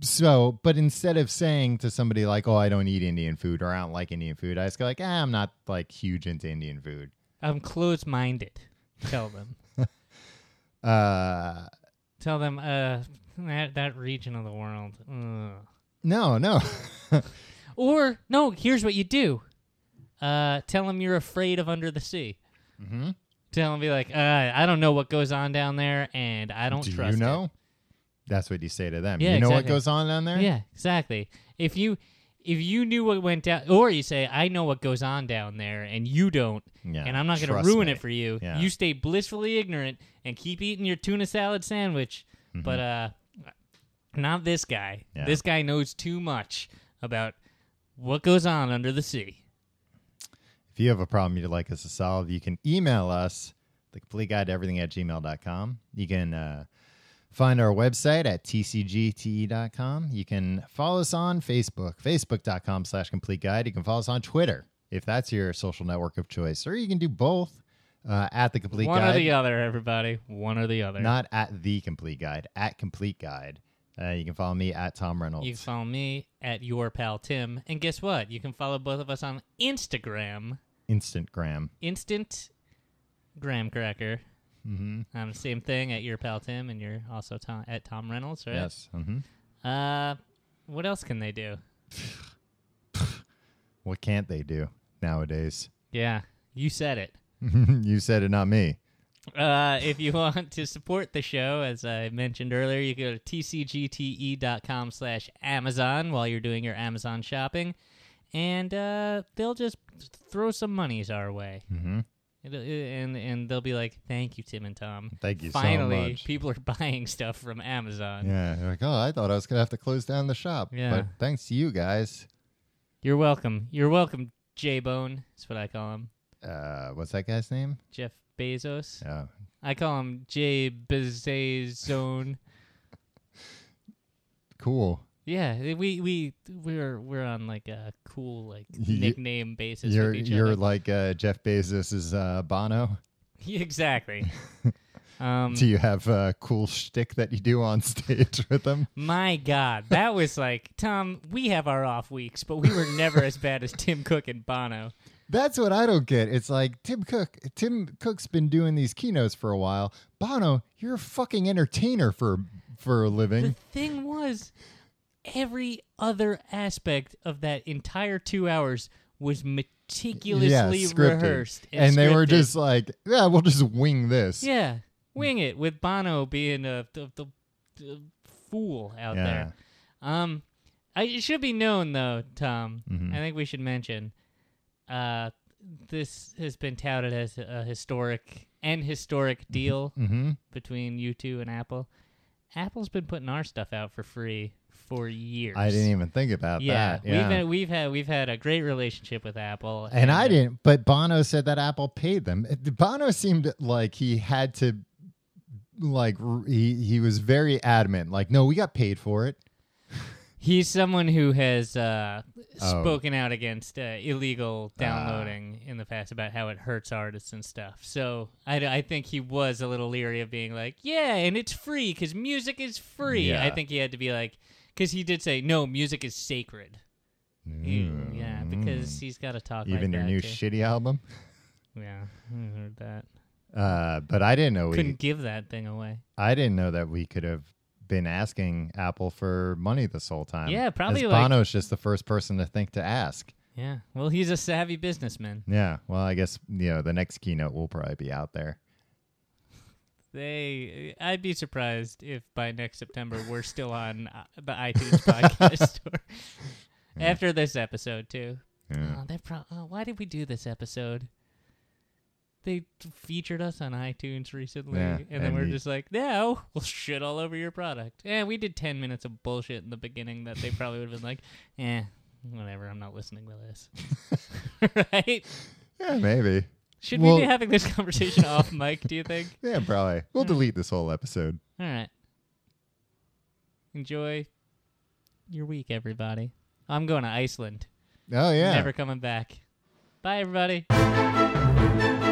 B: So, but instead of saying to somebody like, "Oh, I don't eat Indian food" or "I don't like Indian food," I just go like, ah, "I'm not like huge into Indian food."
A: I'm closed minded. Tell them.
B: Uh,
A: Tell them uh that that region of the world. Ugh.
B: no, no,
A: Or no, here's what you do. Uh tell them you're afraid of under the sea.
B: Mhm.
A: Tell them be like, uh, I don't know what goes on down there and I don't
B: [LAUGHS] do
A: trust
B: you
A: it."
B: know? That's what you say to them.
A: Yeah,
B: you know what
A: exactly.
B: goes on down there?
A: Yeah, exactly. If you if you knew what went down or you say, I know what goes on down there and you don't
B: Yeah,
A: and I'm not gonna
B: trust
A: ruin
B: me.
A: it for you.
B: Yeah.
A: You stay blissfully ignorant and keep eating your tuna salad sandwich. But uh not this guy.
B: Mm-hmm. Yeah.
A: This guy knows too much about what goes on under the sea.
B: If you have a problem you'd like us to solve, you can email us, the complete guide to everything at gmail.com. You can uh, find our website at tcgte.com. e You can follow us on Facebook, facebook.com slash complete guide. You can follow us on Twitter if that's your social network of choice, or you can do both uh, at the complete
A: One
B: guide,
A: or the other, everybody. One or the other.
B: not at the complete guide, at complete guide. Uh, you can follow me at Tom Reynolds.
A: you can follow me at your pal Tim. And guess what? You can follow both of us on Instagram.
B: Instantgram.
A: Instant Graham Cracker.
B: Mm-hmm.
A: Um, same thing at your pal Tim, and you're also Tom, at Tom Reynolds, right?
B: Yes. Mm-hmm.
A: Uh, what else can they do?
B: What can't they do nowadays? [LAUGHS]
A: Yeah, you said it.
B: you said it, not me.
A: Uh, if you [LAUGHS] want to support the show, as I mentioned earlier, you go to tcgte.com slash Amazon while you're doing your Amazon shopping, and uh, they'll just throw some monies our way.
B: Mm-hmm.
A: It'll, and and they'll be like, thank you, Tim and Tom.
B: Thank you so
A: Finally,
B: much."
A: people are [LAUGHS] buying stuff from Amazon.
B: Yeah, you're like, oh, I thought I was gonna have to close down the shop.
A: Yeah.
B: But thanks to you guys,
A: You're welcome. You're welcome, J-Bone. That's what I call him.
B: uh, what's that guy's name?
A: Jeff Bezos.
B: Oh,
A: I call him Jay
B: [LAUGHS]
A: Bezazone.
B: Cool.
A: Yeah, eh, we we we're we're on like a cool
B: [LAUGHS]
A: like
B: You-
A: nickname basis
B: You're
A: with each
B: you're
A: other.
B: like uh, Jeff Bezos is uh, Bono.
A: [LAUGHS]
B: [LAUGHS]
A: exactly. Um,
B: Do you have a cool shtick that you do on [LAUGHS] stage with them?
A: my God, that was like Tom. We have our off weeks, but we were never as bad as Tim Cook and Bono.
B: That's what I don't get. It's like Tim Cook. Tim Cook's been doing these keynotes for a while. Bono, you're a fucking entertainer for for a
A: The [LAUGHS]
B: living.
A: thing was, every other aspect of that entire two hours was meticulously
B: scripted.
A: rehearsed, and,
B: And, they were
A: scripted.
B: just like, yeah, we'll just wing this.
A: yeah, wing it with Bono being a the, the, the fool out
B: Yeah.
A: there. Um, I, it should be known though, Tom.
B: Mhm.
A: I think we should mention. Uh, this has been touted as a historic and historic deal
B: Mm-hmm.
A: between you two and Apple. Apple's been putting our stuff out for free for years.
B: I didn't even think about
A: Yeah,
B: that. Yeah.
A: we've had, we've had we've had a great relationship with Apple,
B: and I didn't, but Bono said that Apple paid them. It- Bono seemed like he had to, like r- he he was very adamant, like no, we got paid for it.
A: He's someone who has uh,
B: Oh. Ah.
A: spoken out against uh, illegal downloading in the past about how it hurts artists and stuff. So I, I think he was a little leery of being like, yeah, and it's free because music is free. I
B: Yeah.
A: think he had to be like, because he did say, no, music is sacred. He- yeah, because he's got to talk
B: Mm. even
A: like
B: your
A: that,
B: new
A: too.
B: shitty album.
A: Yeah, I heard that.
B: Uh, but I didn't know we
A: Couldn't give that thing away.
B: I didn't know that we could have been asking Apple for money this whole time.
A: Yeah, probably,
B: As
A: like-
B: Bono's just the first person to think to ask.
A: Yeah. Well, he's a savvy businessman.
B: Yeah, well, I guess you know the next keynote will probably be out there.
A: They, I'd be surprised if by next September we're still on uh, the iTunes podcast
B: [LAUGHS]
A: store after this episode too.
B: Yeah.
A: Oh, they're pro- oh, why did we do this episode? They featured us on iTunes recently,
B: Yeah,
A: and then
B: and
A: we're
B: we-
A: just like, no, we'll shit all over your product. Yeah, we did ten minutes of bullshit in the beginning that they probably would have been like, eh, whatever, I'm not listening to this, [LAUGHS] right?
B: Yeah, maybe.
A: Should
B: Well-
A: we be having this conversation off mic? Do you think?
B: Yeah, probably. We'll delete this whole episode.
A: All right. Enjoy your week, everybody. I'm going to Iceland.
B: Oh yeah.
A: Never coming back. Bye, everybody.
B: Bye.